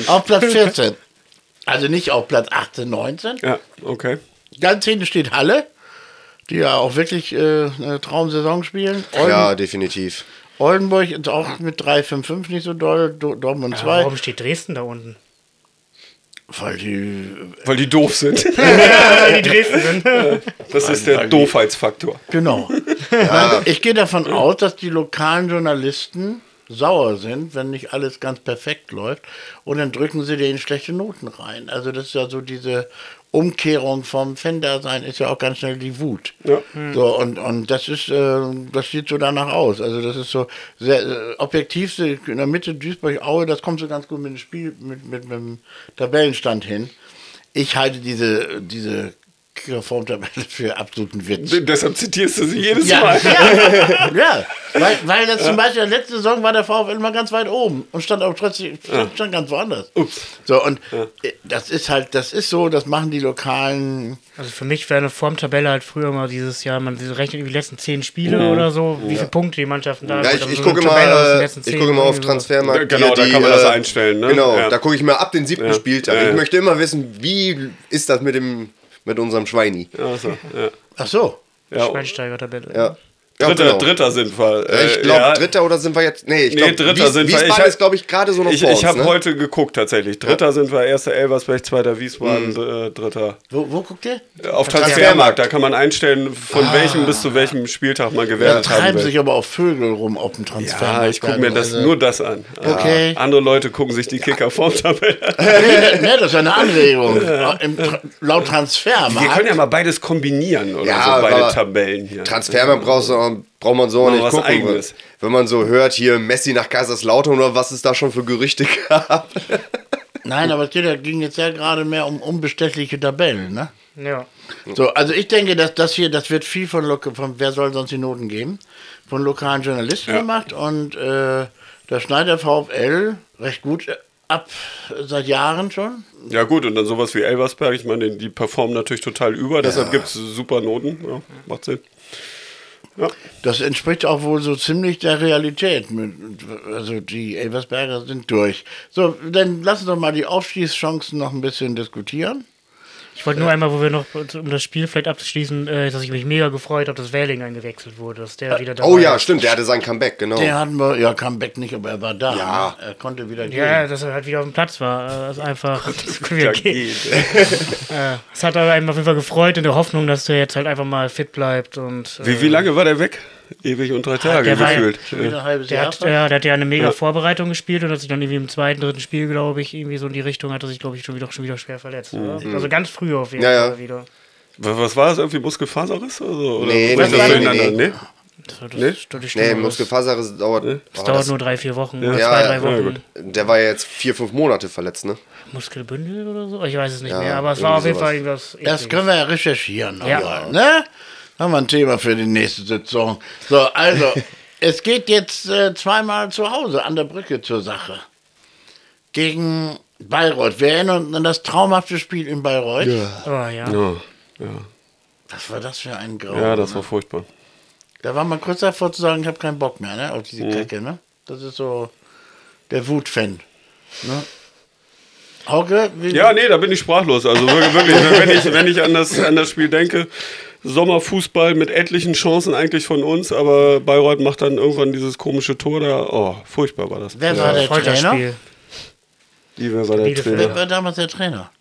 Speaker 1: auf Platz 14. Also nicht auf Platz 18, 19.
Speaker 2: Ja, okay.
Speaker 1: Ganz hinten steht Halle, die ja auch wirklich äh, eine Traumsaison spielen. Olden,
Speaker 4: Ja, definitiv.
Speaker 1: Oldenburg ist auch mit 3, 5, 5 nicht so doll. Do- Dortmund
Speaker 3: Aber
Speaker 1: 2.
Speaker 3: Warum steht Dresden da unten? (laughs)
Speaker 1: Weil die
Speaker 2: Weil die doof
Speaker 1: (laughs)
Speaker 2: sind.
Speaker 3: Weil die Dresden
Speaker 4: (laughs)
Speaker 3: sind.
Speaker 2: Das ist der Doofheitsfaktor.
Speaker 1: Genau. Nein, ich gehe davon aus, dass die lokalen Journalisten sauer sind, wenn nicht alles ganz perfekt läuft. Und dann drücken sie denen schlechte Noten rein. Also das ist ja so diese Umkehrung vom Fan-Dasein ist ja auch ganz schnell die Wut.
Speaker 2: Ja.
Speaker 1: So, und, und das ist, äh, das sieht so danach aus. Also das ist so sehr äh, objektiv so in der Mitte Duisburg-Aue, das kommt so ganz gut mit dem Spiel, mit, mit, mit dem Tabellenstand hin. Ich halte diese, diese Formtabelle (laughs) für absoluten Witz.
Speaker 2: D- Deshalb zitierst du sie jedes
Speaker 1: (laughs) Ja,
Speaker 2: Mal.
Speaker 1: ja. ja. Weil, weil das zum Beispiel in der letzten Saison war der VfL immer ganz weit oben und stand auch trotzdem stand, stand ganz woanders.
Speaker 2: Ups.
Speaker 1: So, und äh, das ist halt, das ist so, das machen die lokalen.
Speaker 3: Also für mich wäre eine Formtabelle halt früher mal dieses Jahr, man rechnet über die letzten zehn Spiele oder so, wie viele Punkte die Mannschaften da
Speaker 4: Mhm. Ja,
Speaker 3: haben.
Speaker 4: ich,
Speaker 3: Also
Speaker 4: ich
Speaker 3: so eine
Speaker 4: gucke immer,
Speaker 3: Tabelle aus den
Speaker 4: äh,
Speaker 3: letzten
Speaker 4: ich
Speaker 3: zehn
Speaker 4: gucke immer auf
Speaker 3: irgendwie so.
Speaker 4: Transfermarkt.
Speaker 2: Ja, genau,
Speaker 4: hier
Speaker 2: da kann man das einstellen, ne?
Speaker 4: Genau,
Speaker 2: Ja.
Speaker 4: da gucke ich mir ab dem siebten
Speaker 2: Ja.
Speaker 4: Spieltag.
Speaker 2: Ja, ja.
Speaker 4: Ich möchte immer wissen, wie ist das mit dem mit unserem Schweini?
Speaker 2: Ach so, Also, ja.
Speaker 1: Ach so.
Speaker 2: Ja.
Speaker 3: Schweinsteiger-Tabelle.
Speaker 4: Ja. Ja,
Speaker 2: Dritter,
Speaker 4: genau.
Speaker 2: dritter sind wir.
Speaker 4: Ja,
Speaker 2: Äh,
Speaker 4: Ich glaube,
Speaker 2: ja.
Speaker 4: Dritter oder sind wir jetzt? Nee, ich
Speaker 2: Nee,
Speaker 4: glaube,
Speaker 2: Dritter sind wir.
Speaker 4: Wiesbaden
Speaker 2: Ich hab-
Speaker 4: ist, glaube ich, gerade so noch
Speaker 2: Ich,
Speaker 4: vor
Speaker 2: ich
Speaker 4: uns.
Speaker 2: habe
Speaker 4: Ne?
Speaker 2: heute geguckt tatsächlich. Dritter sind wir, erster Elversberg, zweiter Wiesbaden, dr- äh, dritter.
Speaker 1: Wo, wo guckt ihr?
Speaker 2: Auf
Speaker 4: Mhm. Transfermarkt. Ah.
Speaker 2: Transfermarkt, da kann man einstellen, von welchem bis zu welchem Spieltag man
Speaker 1: Da
Speaker 2: gewertet haben
Speaker 1: treiben
Speaker 2: will.
Speaker 1: sich aber auch Vögel rum auf dem Transfer.
Speaker 2: Ja, ich gucke mir das,
Speaker 1: Also,
Speaker 2: nur das an.
Speaker 1: Okay.
Speaker 2: Ja. Andere Leute gucken sich die Kicker-Formtabelle an.
Speaker 1: Nee, nee, das ist ja eine Anregung. Äh, Im, Tra- laut
Speaker 2: Wir können
Speaker 1: Transfermarkt.
Speaker 2: ja mal beides kombinieren oder
Speaker 4: Ja,
Speaker 2: so, Also beide
Speaker 4: aber
Speaker 2: Tabellen hier.
Speaker 4: Transfermarkt brauchst du- braucht man so
Speaker 2: Mal
Speaker 4: nicht
Speaker 2: was
Speaker 4: gucken.
Speaker 2: Eigenes.
Speaker 4: Wenn man so hört, hier Messi nach Kaiserslautern oder was es da schon für Gerüchte (laughs) gab.
Speaker 1: Nein, aber es geht ja, ging jetzt ja gerade mehr um unbestechliche Tabellen, ne?
Speaker 3: Ja.
Speaker 1: So, also ich denke, dass das hier, das wird viel von, Loka- von wer soll sonst die Noten geben, von lokalen Journalisten gemacht und äh, das schneidet der VfL recht gut ab äh, seit Jahren schon.
Speaker 2: Ja gut, und dann sowas wie Elversberg, ich meine, die performen natürlich total über, deshalb gibt es super Noten. Ja, macht Sinn.
Speaker 1: Das entspricht auch wohl so ziemlich der Realität. mit- Also die Elversberger sind durch. So, dann lassen wir mal die Aufstiegschancen noch ein bisschen diskutieren.
Speaker 3: Ich wollte nur einmal, wo wir noch, um das Spiel vielleicht abzuschließen, äh, dass ich mich mega gefreut habe, dass Wähling eingewechselt wurde, dass der wieder dabei
Speaker 4: Oh ja,
Speaker 3: ist.
Speaker 4: stimmt, der hatte sein Comeback, genau.
Speaker 1: Den hatten wir, ja, Comeback nicht, aber er war da.
Speaker 4: Ja.
Speaker 1: Ne? Er konnte wieder gehen.
Speaker 3: Ja, dass er halt wieder auf dem Platz war. äh, Also einfach. (laughs) Das,
Speaker 2: Ja,
Speaker 3: wieder geht.
Speaker 2: geht.
Speaker 3: Äh, das hat aber einem auf jeden Fall gefreut in der Hoffnung, dass der jetzt halt einfach mal fit bleibt. Und, äh,
Speaker 2: Wie, wie lange war der weg? Ewig und drei Tage
Speaker 3: der war-
Speaker 2: gefühlt. Äh,
Speaker 1: Schon wieder ein halbes
Speaker 3: Der
Speaker 1: Jahr.
Speaker 3: hat, äh, ja, der hat ja eine mega Vorbereitung gespielt und hat sich dann irgendwie im zweiten, dritten Spiel, glaube ich, irgendwie so in die Richtung, hat er sich, glaube ich, schon wieder, schon wieder schwer verletzt. Oder? Also ganz früh auf jeden
Speaker 4: Mhm. Ja, ja.
Speaker 3: Fall wieder.
Speaker 2: Was, was war das? Irgendwie Muskelfaserriss? Oder, so? oder
Speaker 4: Nee,
Speaker 2: spricht
Speaker 4: nee,
Speaker 2: das
Speaker 4: nee,
Speaker 2: durcheinander?
Speaker 4: nee,
Speaker 3: Das, das,
Speaker 2: Nee?
Speaker 3: das, das
Speaker 4: Nee, Muskelfaserriss dauert.
Speaker 2: Ne?
Speaker 3: Das
Speaker 4: boah,
Speaker 3: dauert
Speaker 4: das-
Speaker 3: nur drei, vier Wochen. Oder
Speaker 4: Ja,
Speaker 3: zwei,
Speaker 4: ja,
Speaker 3: drei
Speaker 4: ja,
Speaker 3: Wochen.
Speaker 2: gut.
Speaker 4: Der war ja jetzt vier, fünf Monate verletzt, ne?
Speaker 3: Muskelbündel oder so? Ich weiß es nicht
Speaker 4: Ja,
Speaker 3: mehr, aber es war auf jeden
Speaker 4: irgendwie
Speaker 3: Fall irgendwas.
Speaker 1: Das
Speaker 3: Ekliges.
Speaker 1: können wir ja recherchieren.
Speaker 3: Ja.
Speaker 1: nochmal, Ne? Haben wir ein Thema für die nächste Sitzung. So, also,
Speaker 2: (laughs)
Speaker 1: es geht jetzt äh, zweimal zu Hause an der Brücke zur Sache. Gegen Bayreuth. Wir erinnern uns an das traumhafte Spiel in Bayreuth.
Speaker 3: Oh, ja.
Speaker 2: Ja, ja.
Speaker 1: Was war das für ein Grau?
Speaker 2: ja, das war furchtbar.
Speaker 1: Da war man kurz davor zu sagen, ich habe keinen Bock mehr ne, auf
Speaker 2: Mhm.
Speaker 1: diese Kacke. Ne? Das ist so der Wutfan. Ne? Hauke, wie,
Speaker 2: Ja, nee, da bin ich sprachlos. Also wirklich, wirklich wenn ich, wenn ich an, das, an das Spiel denke, Sommerfußball mit etlichen Chancen eigentlich von uns, aber Bayreuth macht dann irgendwann dieses komische Tor da. Oh, furchtbar war das.
Speaker 1: wer war der Trainer?
Speaker 3: Folterspiel.
Speaker 2: Die, wer war der
Speaker 3: Bielefeld.
Speaker 1: Wer
Speaker 2: Trainer?
Speaker 1: war damals der Trainer?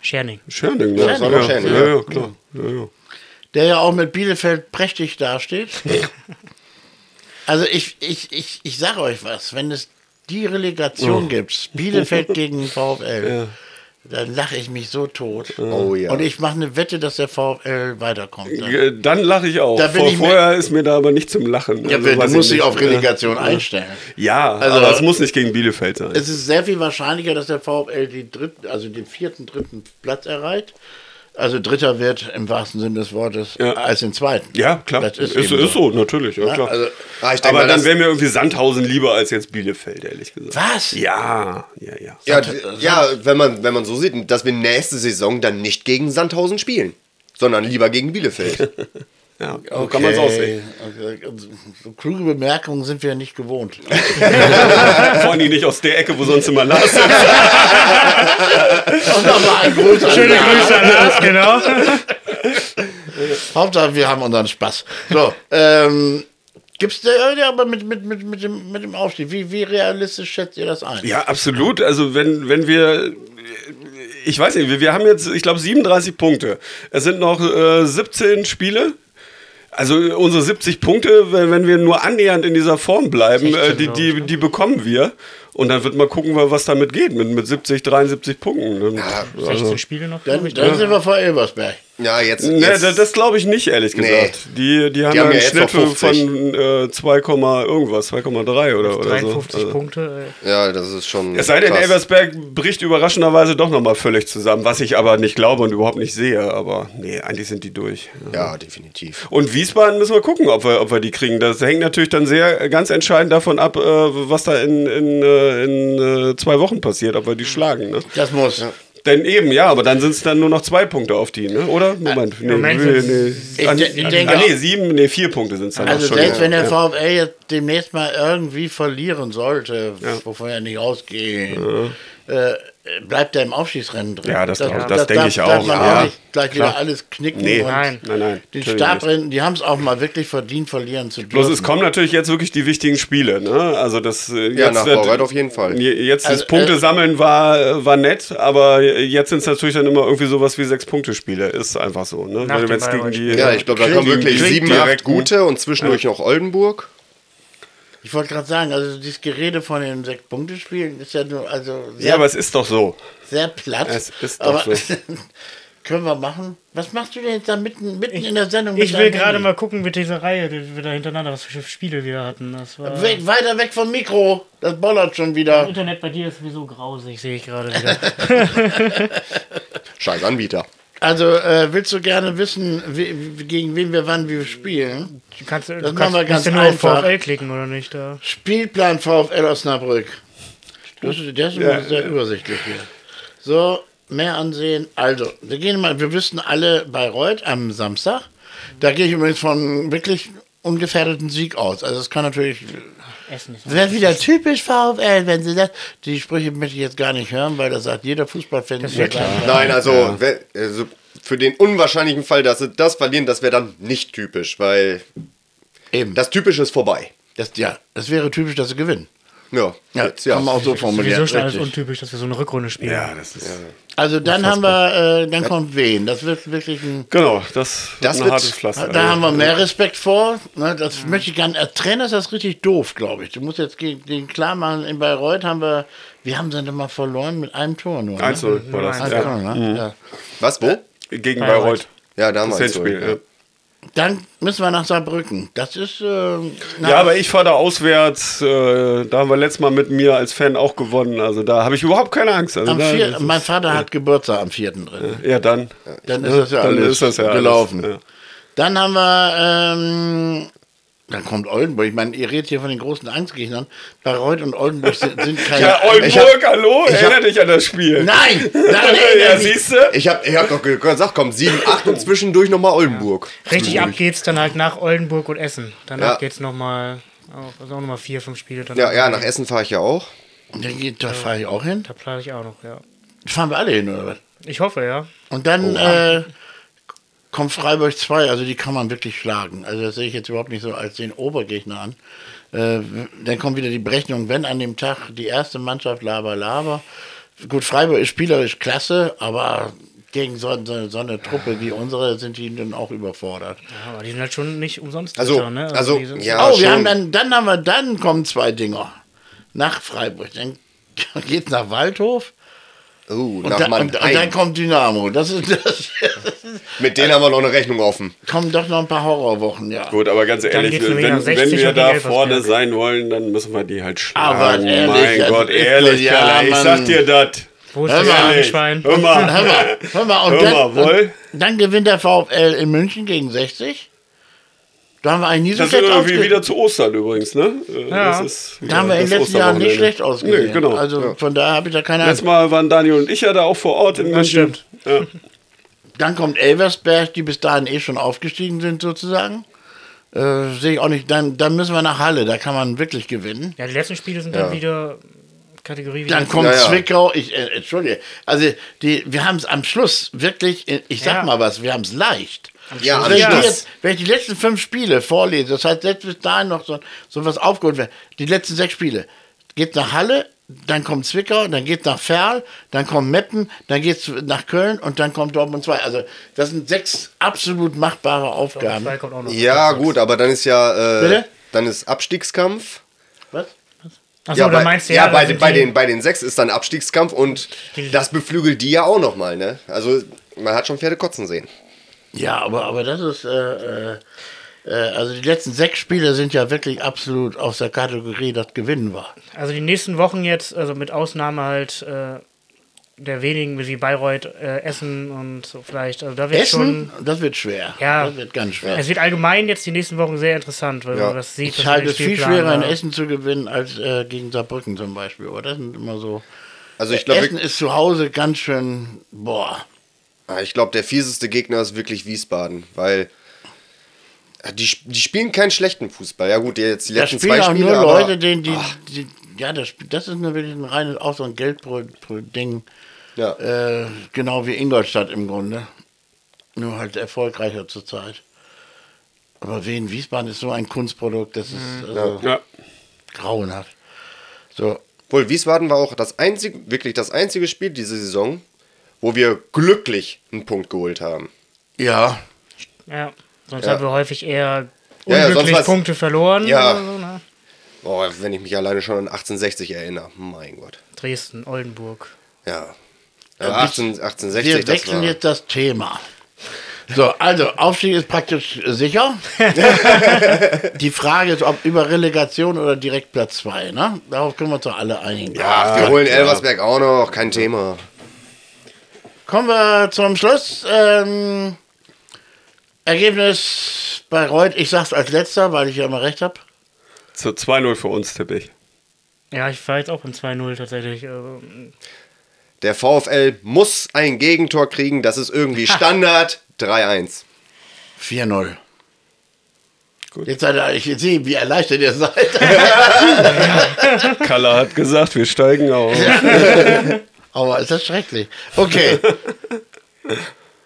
Speaker 3: Scherning.
Speaker 2: Scherning, ne?
Speaker 4: das war doch Scherning,
Speaker 2: Ja,
Speaker 4: ja.
Speaker 2: ja, klar. Ja, ja.
Speaker 1: Der ja auch mit Bielefeld prächtig
Speaker 2: (laughs)
Speaker 1: dasteht. also ich, ich, ich, ich sage euch was, wenn es die
Speaker 2: Oh.
Speaker 1: Relegation gibt,
Speaker 2: (laughs)
Speaker 1: Bielefeld gegen VfL, dann lache ich mich so tot.
Speaker 4: Oh ja.
Speaker 1: Und ich mache eine Wette, dass der VfL weiterkommt. Dann.
Speaker 2: Äh, Dann lache ich auch.
Speaker 1: Da bin
Speaker 2: Vor,
Speaker 1: ich mir-
Speaker 2: vorher ist mir da aber nicht zum Lachen.
Speaker 1: Ja,
Speaker 2: Also,
Speaker 1: du
Speaker 2: weiß ich
Speaker 1: musst dich
Speaker 2: nicht. Äh,
Speaker 1: auf Relegation einstellen.
Speaker 2: Ja,
Speaker 1: Also-
Speaker 2: aber es muss nicht gegen Bielefeld sein.
Speaker 1: Es ist sehr viel wahrscheinlicher, dass der VfL die dritten, also den vierten, dritten Platz erreicht. Also Dritter wird im wahrsten Sinne des Wortes
Speaker 2: Ja.
Speaker 1: als den zweiten.
Speaker 2: Ja, klar.
Speaker 1: Das
Speaker 2: Ist, ist,
Speaker 1: eben
Speaker 2: so. natürlich. Ja, klar.
Speaker 1: also,
Speaker 4: ah, ich denk
Speaker 2: aber
Speaker 4: mal,
Speaker 2: dann
Speaker 4: das-
Speaker 2: wäre mir irgendwie Sandhausen lieber als jetzt Bielefeld, ehrlich gesagt.
Speaker 1: Was?
Speaker 2: Ja, ja, ja.
Speaker 4: Ja, d- ja wenn, man, wenn man so sieht, dass wir nächste Saison dann nicht gegen Sandhausen spielen, sondern lieber gegen Bielefeld.
Speaker 2: (laughs) ja So kann man es
Speaker 1: (laughs)
Speaker 2: aussehen.
Speaker 1: Okay. Also, So kluge Bemerkungen sind wir ja nicht
Speaker 2: (laughs)
Speaker 1: gewohnt.
Speaker 2: Vor allem nicht aus der Ecke, wo sonst immer Lars sitzt.
Speaker 1: Und nochmal ein Gruß an
Speaker 3: Schöne
Speaker 1: Lars.
Speaker 3: Grüße an Lars, (laughs) genau.
Speaker 1: Hauptsache, wir haben unseren Spaß. So, ähm, gibt's da ja, aber mit, mit, mit, mit, dem, mit dem Aufstieg? Wie, wie realistisch schätzt ihr das ein?
Speaker 2: Ja, absolut. Also wenn, wenn wir, ich weiß nicht, wir, wir haben jetzt, ich glaube, 37 Punkte. Es sind noch äh, 17 Spiele. Also unsere 70 Punkte, wenn, wenn wir nur annähernd in dieser Form bleiben,
Speaker 3: 16,
Speaker 2: äh, die,
Speaker 3: glaub
Speaker 2: die, die bekommen wir. Und dann wird mal gucken, was damit geht, mit, mit 70, 73 Punkten. Und, also,
Speaker 3: 16 Spiele noch.
Speaker 1: Dann,
Speaker 3: glaub ich. ne?
Speaker 1: dann sind wir vor Elversberg.
Speaker 4: ja, jetzt.
Speaker 2: ne,
Speaker 4: jetzt
Speaker 2: das, das glaube ich nicht, ehrlich
Speaker 4: Nee.
Speaker 2: gesagt. Die, die haben
Speaker 4: Die
Speaker 2: ja
Speaker 4: haben
Speaker 2: einen
Speaker 4: ja jetzt noch
Speaker 2: Schnitt von
Speaker 4: 50.
Speaker 2: äh, 2, Komma irgendwas, 2,3 oder, oder so.
Speaker 3: 53
Speaker 2: Also-
Speaker 3: Punkte. Äh,
Speaker 4: ja, das ist schon.
Speaker 2: Es sei denn,
Speaker 4: krass.
Speaker 2: Elversberg bricht überraschenderweise doch nochmal völlig zusammen, was ich aber nicht glaube und überhaupt nicht sehe. Aber nee, eigentlich sind die durch.
Speaker 4: Ja, definitiv.
Speaker 2: Und Wiesbaden müssen wir gucken, ob wir, ob wir die kriegen. Das hängt natürlich dann sehr ganz entscheidend davon ab, äh, was da in, in, äh, in äh, zwei Wochen passiert, ob wir
Speaker 1: Mhm.
Speaker 2: die schlagen. Ne?
Speaker 1: Das muss.
Speaker 2: Denn eben, ja, aber dann sind es dann nur noch zwei Punkte auf die, ne? oder? Moment, nee,
Speaker 3: Moment,
Speaker 2: nee,
Speaker 3: jetzt-
Speaker 2: nee.
Speaker 1: Äh, Ich
Speaker 2: Ah,
Speaker 1: de- ich denke
Speaker 2: ah, nee,
Speaker 1: auch-
Speaker 2: sieben, nee, vier Punkte sind es dann
Speaker 1: Also
Speaker 2: auch schon.
Speaker 1: selbst wenn der
Speaker 2: ja.
Speaker 1: VfL jetzt demnächst mal irgendwie verlieren sollte, wovon er nicht ausgeht, äh, bleibt er im Aufstiegsrennen drin.
Speaker 2: Ja, das glaub- das denk
Speaker 1: darf-
Speaker 2: ich
Speaker 1: darf
Speaker 2: auch,
Speaker 1: Man
Speaker 2: ja.
Speaker 1: auch nicht gleich wieder
Speaker 2: Klar.
Speaker 1: alles knicken.
Speaker 2: Nee,
Speaker 1: und
Speaker 2: nein, nein, nein.
Speaker 1: Die
Speaker 2: natürlich nicht.
Speaker 1: Stabrennen, die haben es auch mal wirklich verdient, verlieren zu dürfen.
Speaker 2: Bloß es kommen natürlich jetzt wirklich die wichtigen Spiele, ne? Also das äh, jetzt
Speaker 4: Ja, nach
Speaker 2: wird-
Speaker 4: Bayreuth auf jeden Fall.
Speaker 2: Je- Jetzt
Speaker 1: Also,
Speaker 2: das Punkte
Speaker 1: äh,
Speaker 2: sammeln war, war nett, aber jetzt sind es natürlich dann immer irgendwie sowas wie sechs Punkte Spiele, ist einfach so, ne?
Speaker 3: Nach
Speaker 2: Wenn
Speaker 3: dem
Speaker 2: wir jetzt gegen die
Speaker 3: Bayreuth-Spiel.
Speaker 4: Ja, ich glaube, da
Speaker 2: gegen
Speaker 4: kommen
Speaker 2: die-
Speaker 4: wirklich
Speaker 2: gegen die
Speaker 4: sieben, acht
Speaker 2: direkten-
Speaker 4: gute und zwischendurch noch Oldenburg.
Speaker 1: Ich wollte gerade sagen, also dieses Gerede von den Sechs-Punkte-Spielen ist ja nur also sehr,
Speaker 2: Ja, aber es ist doch so.
Speaker 1: sehr platt.
Speaker 2: es ist doch
Speaker 1: aber
Speaker 2: so.
Speaker 1: (laughs) können wir machen. Was machst du denn jetzt da mitten, mitten in der Sendung? mit
Speaker 3: Ich will
Speaker 1: deinem
Speaker 3: gerade
Speaker 1: Handy?
Speaker 3: mal gucken mit dieser Reihe, die wir da hintereinander, was für Spiele wir hatten. Das war
Speaker 1: Weg, weiter weg vom Mikro. Das bollert schon wieder.
Speaker 3: Internet bei dir ist sowieso grausig, sehe ich gerade wieder.
Speaker 4: Scheiß Anbieter.
Speaker 1: Also äh, willst du gerne wissen, wie, wie- gegen wen wir wann wir spielen?
Speaker 3: Du kannst, du
Speaker 1: Das
Speaker 3: kannst,
Speaker 1: machen wir ganz
Speaker 3: musst ja nur auf
Speaker 1: einfach.
Speaker 3: VfL klicken, oder nicht? Da.
Speaker 1: Spielplan VfL Osnabrück. Das, ist- das ist
Speaker 2: Ja.
Speaker 1: sehr übersichtlich hier. So, mehr ansehen. Also, wir gehen mal, wir wissen alle Bayreuth am Samstag. Da gehe ich übrigens von wirklich ungefährdeten Sieg aus. Also es kann natürlich,
Speaker 3: Essen ist
Speaker 1: das wäre wieder typisch VfL, wenn sie das, die Sprüche möchte ich jetzt gar nicht hören, weil das sagt jeder Fußballfan. Das
Speaker 3: wird
Speaker 4: Nein, also, wenn, also für den unwahrscheinlichen Fall, dass sie das verlieren, das wäre dann nicht typisch, weil
Speaker 1: Eben, das,
Speaker 4: das Typische ist vorbei.
Speaker 1: das, ja, das wäre typisch, dass sie gewinnen.
Speaker 4: Ja,
Speaker 1: Ja,
Speaker 4: jetzt, ja.
Speaker 1: kann man auch so formulieren.
Speaker 3: sowieso schon alles
Speaker 1: richtig.
Speaker 3: untypisch, dass wir so eine Rückrunde spielen.
Speaker 2: Ja, das ist.
Speaker 1: Also dann haben wir, äh, dann kommt wen? Das wird wirklich ein.
Speaker 2: Genau, das,
Speaker 4: Das
Speaker 2: ist ein
Speaker 4: wird-
Speaker 2: hartes Pflaster.
Speaker 1: Da haben wir mehr Respekt vor. Ne, das möchte ich gar nicht. Als Trainer ist das richtig doof, glaube ich. Du musst jetzt gegen den klar machen, in Bayreuth haben wir, wir haben dann mal verloren mit einem Tor nur. Ne?
Speaker 2: 1-0 war das.
Speaker 1: 1-0,
Speaker 2: Also, Ja. Mhm.
Speaker 1: ne? ja.
Speaker 4: Was, wo?
Speaker 2: Gegen
Speaker 3: Bayreuth.
Speaker 2: Bayreuth.
Speaker 4: Ja,
Speaker 2: Das
Speaker 4: damals.
Speaker 2: Hinspiel.
Speaker 4: so,
Speaker 2: ja.
Speaker 1: Dann müssen wir nach Saarbrücken. Das ist. Äh, na,
Speaker 2: Ja, aber ich fahre da auswärts. Äh, da haben wir letztes Mal mit mir als Fan auch gewonnen. Also da habe ich überhaupt keine Angst. Also
Speaker 1: am
Speaker 2: da,
Speaker 1: vier,
Speaker 2: das
Speaker 1: mein
Speaker 2: ist,
Speaker 1: Vater hat Geburtstag am 4. drin.
Speaker 2: ja, dann.
Speaker 1: Dann ist das ja
Speaker 2: Dann
Speaker 1: alles
Speaker 2: ist das ja alles,
Speaker 1: gelaufen.
Speaker 2: ja.
Speaker 1: Dann haben wir, ähm, dann kommt Oldenburg. Ich meine, ihr redet hier von den großen Angstgegnern. Bayreuth und Oldenburg sind,
Speaker 2: (laughs)
Speaker 1: sind keine.
Speaker 2: Ja,
Speaker 4: ich
Speaker 2: Oldenburg,
Speaker 4: hab-
Speaker 2: hallo,
Speaker 4: ich hab-
Speaker 2: erinnere dich an das Spiel.
Speaker 1: Nein! Nein,
Speaker 2: (laughs) ja,
Speaker 1: nein, nein.
Speaker 2: siehst du?
Speaker 4: Ich habe ich hab doch gesagt, komm, 7, 8 und zwischendurch nochmal Oldenburg.
Speaker 3: Richtig ab geht's dann halt nach Oldenburg und Essen. Danach
Speaker 4: Ja.
Speaker 3: geht's nochmal, also auch nochmal vier, fünf Spiele. Dann
Speaker 4: Ja, ja, nach Essen fahre ich ja auch.
Speaker 1: Da, geht- da fahre ich auch hin.
Speaker 3: Da plane ich auch noch, ja.
Speaker 1: Fahren wir alle hin, oder was?
Speaker 3: Ich hoffe, ja.
Speaker 1: Und dann äh, kommt Freiburg 2, also die kann man wirklich schlagen. Also das sehe ich jetzt überhaupt nicht so als den Obergegner an. Äh, dann kommt wieder die Berechnung, wenn an dem Tag die erste Mannschaft laber laber. Gut, Freiburg ist spielerisch klasse, aber gegen so, so, so eine Truppe wie unsere sind die dann auch überfordert.
Speaker 3: ja. Aber die sind halt schon nicht umsonst.
Speaker 4: Also,
Speaker 3: Dritter,
Speaker 4: also,
Speaker 3: die sind-
Speaker 4: ja.
Speaker 1: Oh,
Speaker 4: schön.
Speaker 1: wir haben dann, dann haben wir, dann kommen zwei Dinger nach Freiburg. Dann (laughs) geht's nach Waldhof
Speaker 4: Uh,
Speaker 1: und,
Speaker 4: nach
Speaker 1: dann, und, und
Speaker 4: Mannheim.
Speaker 1: dann kommt Dynamo. Das ist das. (laughs)
Speaker 4: Mit denen haben wir noch eine Rechnung offen.
Speaker 1: kommen doch noch ein paar Horrorwochen, ja.
Speaker 2: Gut, aber ganz ehrlich,
Speaker 3: geht's nur
Speaker 2: wenn,
Speaker 3: wieder nach
Speaker 2: wenn
Speaker 3: 60
Speaker 2: wir
Speaker 3: und die
Speaker 2: da
Speaker 3: Elfersberg.
Speaker 2: vorne sein wollen, dann müssen wir die halt schlagen.
Speaker 1: Aber ehrlich,
Speaker 2: mein
Speaker 1: das
Speaker 2: Gott,
Speaker 1: ist-
Speaker 2: ehrlich,
Speaker 1: ja,
Speaker 2: Kerle, ich
Speaker 1: Mann.
Speaker 2: sag dir das.
Speaker 3: Wo ist
Speaker 1: Hör
Speaker 3: das
Speaker 1: mal,
Speaker 3: arme
Speaker 2: Ehrlich.
Speaker 3: Schwein?
Speaker 2: Hör mal.
Speaker 1: Hör mal, hör mal, und
Speaker 2: Hör mal,
Speaker 1: dann,
Speaker 2: wohl.
Speaker 1: Und dann gewinnt der VfL in München gegen 60. Da haben wir eigentlich nie so
Speaker 2: Das ist
Speaker 1: schlecht
Speaker 2: irgendwie
Speaker 1: ausgesehen.
Speaker 2: wieder zu Ostern übrigens, ne? Äh,
Speaker 3: Ja.
Speaker 2: Das ist,
Speaker 1: Da haben wir
Speaker 2: das
Speaker 1: in den letzten Jahren nicht
Speaker 2: Osterwochenende.
Speaker 1: schlecht ausgesehen.
Speaker 2: Nee, genau.
Speaker 1: Also von daher habe ich da keine
Speaker 2: Letztes
Speaker 1: Ahnung.
Speaker 2: Mal waren Daniel und ich ja da auch vor Ort in München.
Speaker 3: stimmt.
Speaker 2: Ja.
Speaker 1: Dann kommt Elversberg, die bis dahin eh schon aufgestiegen sind sozusagen. Äh, Sehe ich auch nicht. Dann, dann müssen wir nach Halle, da kann man wirklich gewinnen.
Speaker 3: Ja, die letzten Spiele sind dann wieder Kategorie wie
Speaker 1: Dann kommt
Speaker 4: Ja, ja.
Speaker 1: Zwickau, ich äh, entschuldige. Also die, wir haben es am Schluss wirklich, äh, ich sag
Speaker 3: Ja.
Speaker 1: mal was, wir haben es leicht.
Speaker 4: Ja,
Speaker 1: Also
Speaker 4: am
Speaker 1: wenn, ich
Speaker 4: Schluss.
Speaker 1: die jetzt, wenn ich die letzten fünf Spiele vorlese, das heißt, selbst bis dahin noch so, so was aufgeholt wird, die letzten sechs Spiele, geht nach Halle, dann kommt Zwickau, dann geht nach Ferl, dann kommt Meppen, dann geht nach Köln und dann kommt Dortmund 2. Also das sind sechs absolut machbare Aufgaben.
Speaker 3: Zwei kommt auch noch.
Speaker 4: Ja, gut, aber dann ist ja. Äh,
Speaker 1: Bitte?
Speaker 4: Dann ist Abstiegskampf.
Speaker 1: Was?
Speaker 3: Achso,
Speaker 4: ja,
Speaker 3: da
Speaker 4: bei,
Speaker 3: Also, meinst du
Speaker 4: ja,
Speaker 3: ja,
Speaker 4: bei,
Speaker 3: da sind
Speaker 4: bei,
Speaker 3: die-
Speaker 4: den, bei den sechs ist dann Abstiegskampf und das beflügelt die ja auch nochmal, ne? Also, man hat schon Pferde kotzen sehen.
Speaker 1: Ja, aber, aber das ist, äh, äh, äh, also die letzten sechs Spiele sind ja wirklich absolut aus der Kategorie, dass Gewinnen war.
Speaker 3: Also die nächsten Wochen jetzt, also mit Ausnahme halt äh, der wenigen wie Bayreuth, äh, Essen und so vielleicht. Also da wird
Speaker 1: Essen,
Speaker 3: schon.
Speaker 1: das wird schwer.
Speaker 3: Ja.
Speaker 1: Das wird ganz schwer.
Speaker 3: Es wird allgemein jetzt die nächsten Wochen sehr interessant, weil
Speaker 4: Ja.
Speaker 3: man das sieht.
Speaker 1: ich
Speaker 3: dass
Speaker 1: halte
Speaker 3: die
Speaker 1: es viel
Speaker 3: Spielplan ne?
Speaker 1: schwerer, in
Speaker 3: da-
Speaker 1: Essen zu gewinnen, als äh, gegen Saarbrücken zum Beispiel. Aber das sind immer so.
Speaker 4: Also, ich glaube,
Speaker 1: Essen ist zu Hause ganz schön, boah.
Speaker 4: Ah, Ich glaube, der fieseste Gegner ist wirklich Wiesbaden, weil ah, die, sp- die spielen keinen schlechten Fußball. Ja gut, jetzt die
Speaker 1: Da
Speaker 4: letzten
Speaker 1: spielen
Speaker 4: zwei
Speaker 1: auch
Speaker 4: Spiele,
Speaker 1: nur
Speaker 4: aber
Speaker 1: Leute, denen die, die ja, das, sp- das ist nur wirklich ein reines, auch so ein Geldding.
Speaker 4: ja.
Speaker 1: Äh, genau wie Ingolstadt im Grunde. Nur halt erfolgreicher zurzeit. Aber Wien Wiesbaden ist so ein Kunstprodukt, das ist also
Speaker 2: Ja.
Speaker 1: grauenhaft. So,
Speaker 4: wohl Wiesbaden war auch das einzige, wirklich das einzige Spiel diese Saison, wo wir glücklich einen Punkt geholt haben.
Speaker 1: ja.
Speaker 3: Ja, sonst
Speaker 4: Ja.
Speaker 3: haben wir häufig eher
Speaker 4: Ja, ja, sonst
Speaker 3: unglücklich
Speaker 4: war's-
Speaker 3: Punkte verloren.
Speaker 4: Ja.
Speaker 3: Oder so, ne?
Speaker 4: Boah, wenn ich mich alleine schon an 1860 erinnere, mein Gott.
Speaker 3: Dresden, Oldenburg.
Speaker 4: Ja.
Speaker 1: Ja,
Speaker 4: Aber
Speaker 1: wir-
Speaker 4: 18, 1860,
Speaker 1: Wir
Speaker 4: das
Speaker 1: wechseln
Speaker 4: war...
Speaker 1: jetzt das Thema. So, also Aufstieg ist praktisch sicher. Die Frage ist, ob über Relegation oder direkt Platz 2. Ne? Darauf können wir uns doch alle einigen.
Speaker 4: Ach, wir holen Elversberg auch noch, kein Thema.
Speaker 1: Kommen wir zum Schluss. Ähm, Ergebnis bei Reut, ich sag's als letzter, weil ich ja immer recht habe.
Speaker 2: Zu 2-0 für uns tippe ich.
Speaker 3: Ja, ich war jetzt auch im 2-0 tatsächlich. Also,
Speaker 4: Der VfL muss ein Gegentor kriegen, das ist irgendwie Standard. 3-1.
Speaker 1: 4-0.
Speaker 2: Gut.
Speaker 1: Jetzt seid ihr, ich sehe, wie erleichtert ihr seid.
Speaker 2: Kalla hat gesagt, wir steigen auf.
Speaker 1: Aber ist das schrecklich. Okay.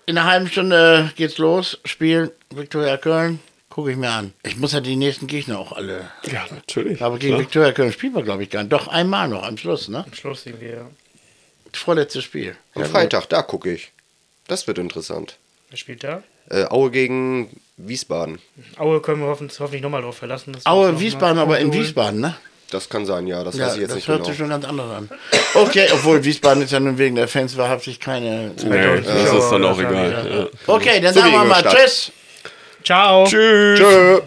Speaker 1: In einer halben Stunde geht's los. Spiel Viktoria Köln. Gucke ich mir an. Ich muss ja die nächsten Gegner auch alle.
Speaker 2: Ja, natürlich.
Speaker 1: Aber gegen
Speaker 2: klar.
Speaker 1: Viktoria Köln spielen wir, glaube ich, gar nicht. Doch einmal noch am Schluss, ne?
Speaker 3: am Schluss sind wir.
Speaker 1: Vorletztes Spiel.
Speaker 4: Am Freitag, da gucke ich. Das wird interessant.
Speaker 3: Wer spielt da?
Speaker 4: Äh, Aue gegen Wiesbaden.
Speaker 3: Aue können wir hoffen- hoffentlich nochmal drauf verlassen. dass wir uns noch
Speaker 1: Aue,
Speaker 3: mal
Speaker 1: Wiesbaden, aber in
Speaker 3: Punkte holen.
Speaker 1: Wiesbaden, ne?
Speaker 4: Das kann sein, ja. Das
Speaker 1: Ja,
Speaker 4: weiß ich jetzt
Speaker 1: das
Speaker 4: nicht
Speaker 1: hört
Speaker 4: genau.
Speaker 1: sich schon ganz anders an. Okay, obwohl Wiesbaden ist ja nun wegen der Fans wahrhaftig keine.
Speaker 2: Nee, das ist dann auch egal. Ja.
Speaker 1: Okay, dann
Speaker 4: So
Speaker 1: sagen
Speaker 4: wie
Speaker 1: wir mal
Speaker 4: Ingolstadt.
Speaker 1: Tschüss.
Speaker 3: Ciao.
Speaker 2: Tschüss.
Speaker 4: Tschö.